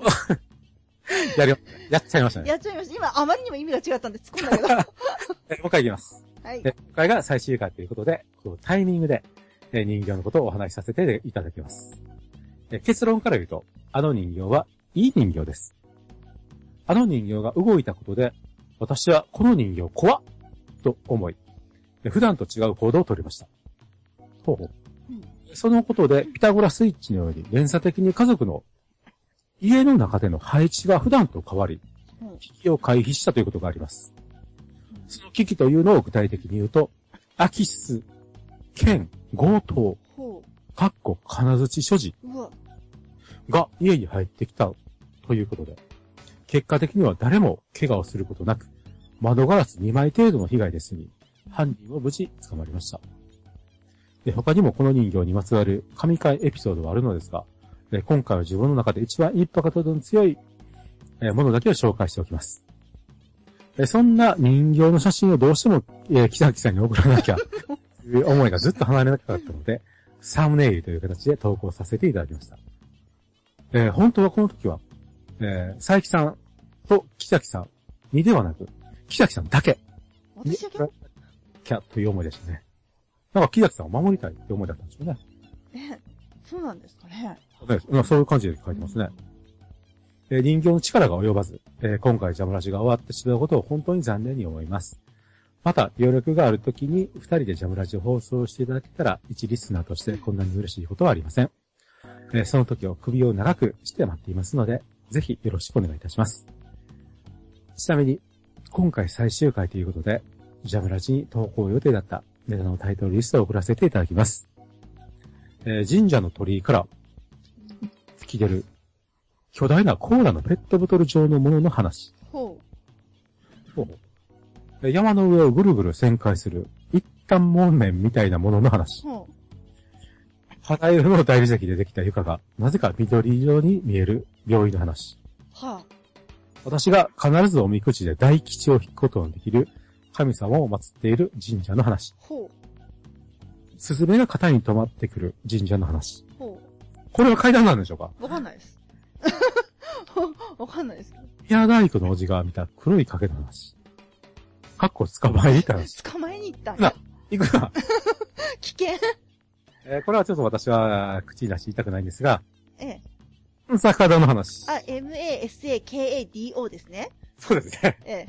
[SPEAKER 1] やりま、やっちゃいましたね。
[SPEAKER 2] やっちゃいました。今、あまりにも意味が違ったんで突っ込んだけど。
[SPEAKER 1] [LAUGHS] えーもう一回いきます。
[SPEAKER 2] はい
[SPEAKER 1] え。ー今回が最終回ということで、このタイミングで、えー人形のことをお話しさせていただきます。えー結論から言うと、あの人形はいい人形です。あの人形が動いたことで、私はこの人形怖っと思い、えー普段と違う行動をとりました。ほうほう
[SPEAKER 2] うん
[SPEAKER 1] そのことで、ピタゴラスイッチのように連鎖的に家族の家の中での配置が普段と変わり
[SPEAKER 2] うん、
[SPEAKER 1] 危機を回避したということがあります。その危機というのを具体的に言うと、空き室、剣、強盗、
[SPEAKER 2] ほ
[SPEAKER 1] かっこ金槌所持
[SPEAKER 2] う。うわ。
[SPEAKER 1] が家に入ってきたということで、結果的には誰も怪我をすることなく、窓ガラス2枚程度の被害で済み、犯人を無事捕まりました。で他にもこの人形にまつわる神回エピソードはあるのですが、で今回は自分の中で一番インパクトの強いえーものだけを紹介しておきます。えそんな人形の写真をどうしても、えー、木崎さんに送らなきゃ、という思いがずっと離れなかったので、サムネイルという形で投稿させていただきました。えー本当はこの時は、えー、佐伯さんと木崎さんにではなく、木崎さんだけ
[SPEAKER 2] 私だけ
[SPEAKER 1] キャという思いでしたね。なんか木崎さんを守りたいって思いだったんでしょうね。
[SPEAKER 2] え、そうなんですかね。
[SPEAKER 1] ねうんそういう感じで書いてますね。えー人形の力が及ばず、えー今回ジャムラジが終わってしまうことを本当に残念に思います。また、余力がある時に二人でジャムラジを放送していただけたら、一リスナーとしてこんなに嬉しいことはありません。えーその時を首を長くして待っていますので、ぜひよろしくお願いいたします。ちなみに、今回最終回ということで、ジャムラジに投稿予定だったネタのタイトルリストを送らせていただきます。えー神社の鳥居から突き出る、巨大なコーラのペットボトル状のものの話。
[SPEAKER 2] ほ
[SPEAKER 1] え山の上をぐるぐる旋回する、一旦門面みたいなものの
[SPEAKER 2] う。
[SPEAKER 1] 話。
[SPEAKER 2] ほう。
[SPEAKER 1] 肌色の大理石でできた床が、なぜか緑色に見える病院の話。
[SPEAKER 2] はあ。
[SPEAKER 1] 私が必ずおみくじで大吉を引くことのできる、神様を祀っている神社の話。
[SPEAKER 2] ほ
[SPEAKER 1] スズメが肩に止まってくる神社の話。
[SPEAKER 2] う、ほ
[SPEAKER 1] これは階段なんでしょうか
[SPEAKER 2] う。わかんないです。 [LAUGHS] わかんないです。
[SPEAKER 1] ヘア大工のおじが見た黒い影の話。かっこ捕まえに行った話。
[SPEAKER 2] 捕まえに行ったん
[SPEAKER 1] な
[SPEAKER 2] や。
[SPEAKER 1] いくら、
[SPEAKER 2] 危険。
[SPEAKER 1] えーこれはちょっと私は口に出して言いたくないんですが、
[SPEAKER 2] ええ。
[SPEAKER 1] 坂田の話。
[SPEAKER 2] あ、masakado ですね。
[SPEAKER 1] そうですね。 [LAUGHS]
[SPEAKER 2] ええ。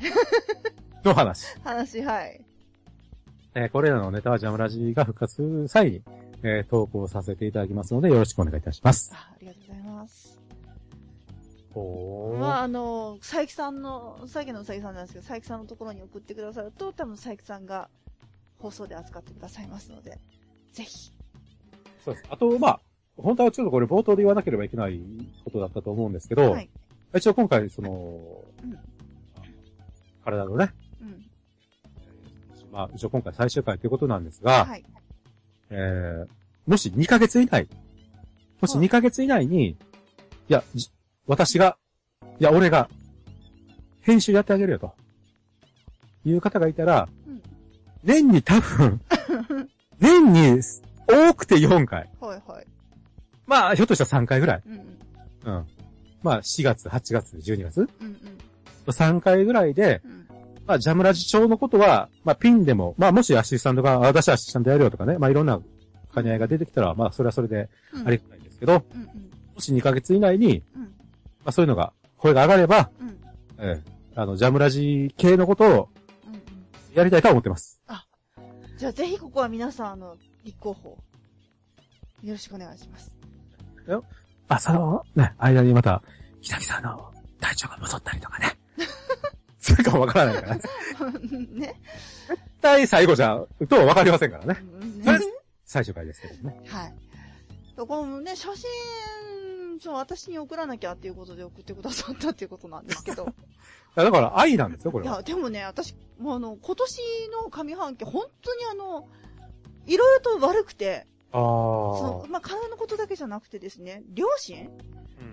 [SPEAKER 1] の話。
[SPEAKER 2] 話、はい。
[SPEAKER 1] えーこれらのネタはジャムラジが復活する際に、えー投稿させていただきますので、よろしくお願いいたします。
[SPEAKER 2] あありがとうございます。
[SPEAKER 1] お
[SPEAKER 2] まあ、あの、佐伯さんの、佐伯の佐伯さんなんですけど、佐伯さんのところに送ってくださると、多分佐伯さんが放送で扱ってくださいますので、ぜひ。
[SPEAKER 1] そうです。あと、まあ、本当はちょっとこれ冒頭で言わなければいけないことだったと思うんですけど、
[SPEAKER 2] はい。
[SPEAKER 1] 一応今回、その、
[SPEAKER 2] うん
[SPEAKER 1] 体のね、
[SPEAKER 2] うん。
[SPEAKER 1] まあ、一応今回最終回ということなんですが、
[SPEAKER 2] はい。
[SPEAKER 1] えーもし2ヶ月以内、もし
[SPEAKER 2] はい
[SPEAKER 1] 2ヶ月以内に、いや、じ私が、いや、俺が、編集やってあげるよと、いう方がいたら、
[SPEAKER 2] うん
[SPEAKER 1] 年に多
[SPEAKER 2] [LAUGHS]
[SPEAKER 1] 分、年に多くて4回。
[SPEAKER 2] はいはい。
[SPEAKER 1] まあ、ひょっとしたら3回ぐらい。
[SPEAKER 2] うんうん。
[SPEAKER 1] うん。まあ、4月、8月、12月
[SPEAKER 2] うん
[SPEAKER 1] 3回ぐらいで、
[SPEAKER 2] うん。うん。
[SPEAKER 1] まあ、ジャムラジ調のことは、まあ、ピンでも、まあ、もしアシスタントが、あ私アシスタントやるよとかね、まあ、いろんな兼ね合いが出てきたら、まあ、それはそれで
[SPEAKER 2] うん
[SPEAKER 1] ありがたいんですけど、
[SPEAKER 2] うんうん。
[SPEAKER 1] もし2ヶ月以内に、
[SPEAKER 2] うん
[SPEAKER 1] まあ、そういうのが、声が上がれば、
[SPEAKER 2] うん。うん
[SPEAKER 1] ええ、あの、ジャムラジ系のことを
[SPEAKER 2] うん。
[SPEAKER 1] やりたいとは思ってます。
[SPEAKER 2] じゃあぜひここは皆さん、あの、立候補、よろしくお願いします。
[SPEAKER 1] あ、その、ね、間にまた、北木さんの体調が戻ったりとかね。 [LAUGHS] それかもわからないから。絶
[SPEAKER 2] ね
[SPEAKER 1] 対最後じゃ、とはわかりませんからね。
[SPEAKER 2] うん
[SPEAKER 1] それ
[SPEAKER 2] ね
[SPEAKER 1] 最終回ですけどね。
[SPEAKER 2] はい。これもね、写真、そう、私に送らなきゃっていうことで送ってくださったっていうことなんですけど。
[SPEAKER 1] いやだから愛なんですよ、こ
[SPEAKER 2] い
[SPEAKER 1] れは。
[SPEAKER 2] や、でもね、私、もうあの、今年の上半期、本当にあの、いろいろと悪くて、
[SPEAKER 1] あー
[SPEAKER 2] その、まあ、体のことだけじゃなくてですね、両親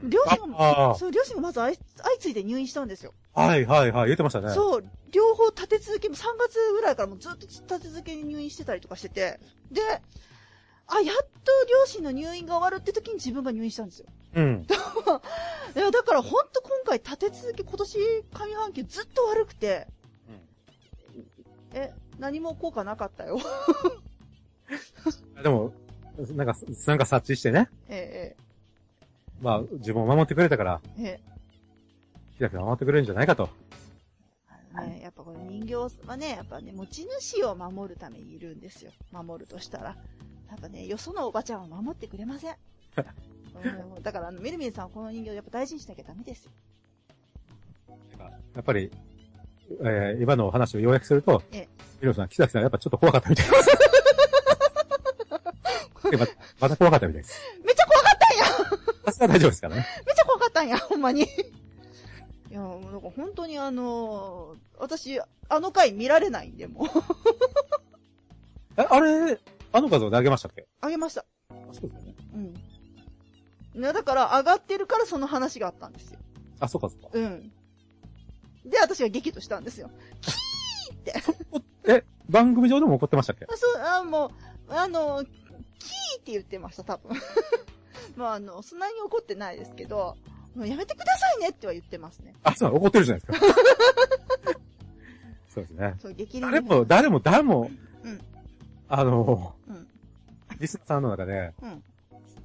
[SPEAKER 1] うん
[SPEAKER 2] 両親
[SPEAKER 1] あ
[SPEAKER 2] が、
[SPEAKER 1] あ
[SPEAKER 2] そう、両親がまず相相次いで入院したんですよ。
[SPEAKER 1] はいはいはい、言ってましたね。
[SPEAKER 2] そう、両方立て続け、3月ぐらいからもうずっと立て続けに入院してたりとかしてて、で、あ、やっと両親の入院が終わるって時に自分が入院したんですよ。
[SPEAKER 1] うん。
[SPEAKER 2] いや、だからほんと今回立て続け、今年上半期ずっと悪くて、え、何も効果なかったよ。 [LAUGHS]
[SPEAKER 1] うんでも、なんか、なんか察知してね。
[SPEAKER 2] え
[SPEAKER 1] まあ、自分を守ってくれたから、
[SPEAKER 2] え、ええ、
[SPEAKER 1] 北木さんを守ってくれるんじゃないかと。
[SPEAKER 2] あのね、やっぱこれ人形はね、やっぱね、持ち主を守るためにいるんですよ。守るとしたら。やっぱね、よそのおばちゃんは守ってくれません。うんだから、あの、みるみるさんはこの人形やっぱ大事にしなきゃダメですよ。
[SPEAKER 1] やっぱり、えー今のお話を要約すると、
[SPEAKER 2] ええ
[SPEAKER 1] みろさん、木崎さんやっぱちょっと怖かったみたい
[SPEAKER 2] [LAUGHS]
[SPEAKER 1] です。えままた怖かったみたいです。
[SPEAKER 2] めっちゃ怖かったんや
[SPEAKER 1] 私は大丈夫ですからね。
[SPEAKER 2] めっちゃ怖かったんや、ほ [LAUGHS] んまに。いや、もうなんか本当にあのー私、あの回見られないんで、もう。 [LAUGHS]
[SPEAKER 1] え、あれ、あの画像投げましたっけ
[SPEAKER 2] あげました。
[SPEAKER 1] そうですね。
[SPEAKER 2] うん。ね、だから、上がってるからその話があったんですよ。
[SPEAKER 1] あ、そうかそうか。
[SPEAKER 2] うん。で、私は激怒したんですよ。
[SPEAKER 1] え、番組上でも怒ってましたっけ
[SPEAKER 2] あそう、あ、もう、あのーキーって言ってました、多分。 [LAUGHS] まあ、あの、そんなに怒ってないですけど、もうやめてくださいねっては言ってますね。
[SPEAKER 1] あ、そう、怒ってるじゃない
[SPEAKER 2] [LAUGHS]
[SPEAKER 1] ですか。そうですね。
[SPEAKER 2] そう、激励。
[SPEAKER 1] 誰も、誰も、誰も、
[SPEAKER 2] うん
[SPEAKER 1] あの、
[SPEAKER 2] うん
[SPEAKER 1] リスナーさんの中で、
[SPEAKER 2] うん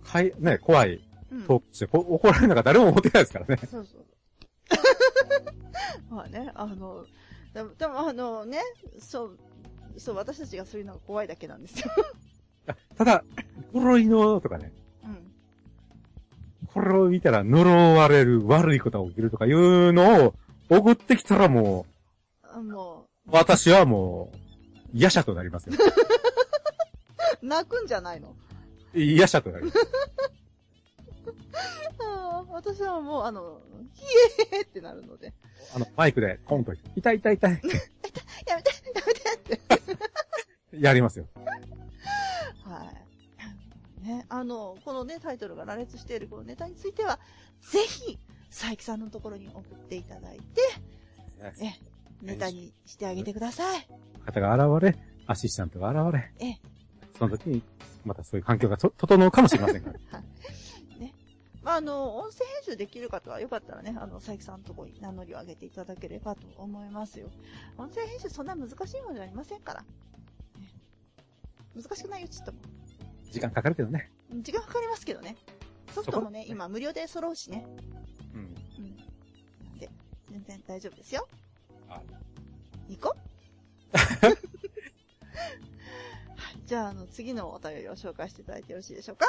[SPEAKER 1] かい、ね、怖い
[SPEAKER 2] うん。
[SPEAKER 1] トークして、こ怒られるのが誰も思ってないですからね。
[SPEAKER 2] そうそう。 [LAUGHS] まあね、あの、でも、でもあのね、そう、そう、私たちがそういうのが怖いだけなんですよ。 [LAUGHS]
[SPEAKER 1] ただ、呪いの、とかね、
[SPEAKER 2] うん。
[SPEAKER 1] これを見たら呪われる、悪いことが起きるとかいうのを、送ってきたらも
[SPEAKER 2] あも
[SPEAKER 1] う、私はもう、嫌者となります
[SPEAKER 2] [LAUGHS]
[SPEAKER 1] よ。
[SPEAKER 2] う、泣くんじゃないの
[SPEAKER 1] 嫌者となります。
[SPEAKER 2] あー私はもう、あの、ひえーってなるので。
[SPEAKER 1] あの、マイクで、コンと、痛い痛い痛い。
[SPEAKER 2] やめてやめてって。
[SPEAKER 1] やりますよ。
[SPEAKER 2] はい。ね、あの、このね、タイトルが羅列しているこのネタについては、ぜひ、佐伯さんのところに送っていただいて、ネタにしてあげてください。
[SPEAKER 1] 方が現れ、アシスタントが現れ、
[SPEAKER 2] ええ
[SPEAKER 1] その時に、またそういう環境がと整うかもしれません
[SPEAKER 2] [LAUGHS]
[SPEAKER 1] から。
[SPEAKER 2] まあ、あの、音声編集できる方は、よかったらね、あの、佐伯さんのとこに名乗りを上げていただければと思いますよ。音声編集そんな難しいものじゃありませんから。ね難しくないよ、ちょっとも。
[SPEAKER 1] 時間かかるけどね。
[SPEAKER 2] うん時間かかりますけどね。ソフトもね、
[SPEAKER 1] そこ
[SPEAKER 2] 今無料で揃うしね。
[SPEAKER 1] うん。
[SPEAKER 2] うん。なんで、全然大丈夫ですよ。
[SPEAKER 1] はい
[SPEAKER 2] 行こうはい。じゃあ、あの、次のお便りを紹介していただいてよろしいでしょうか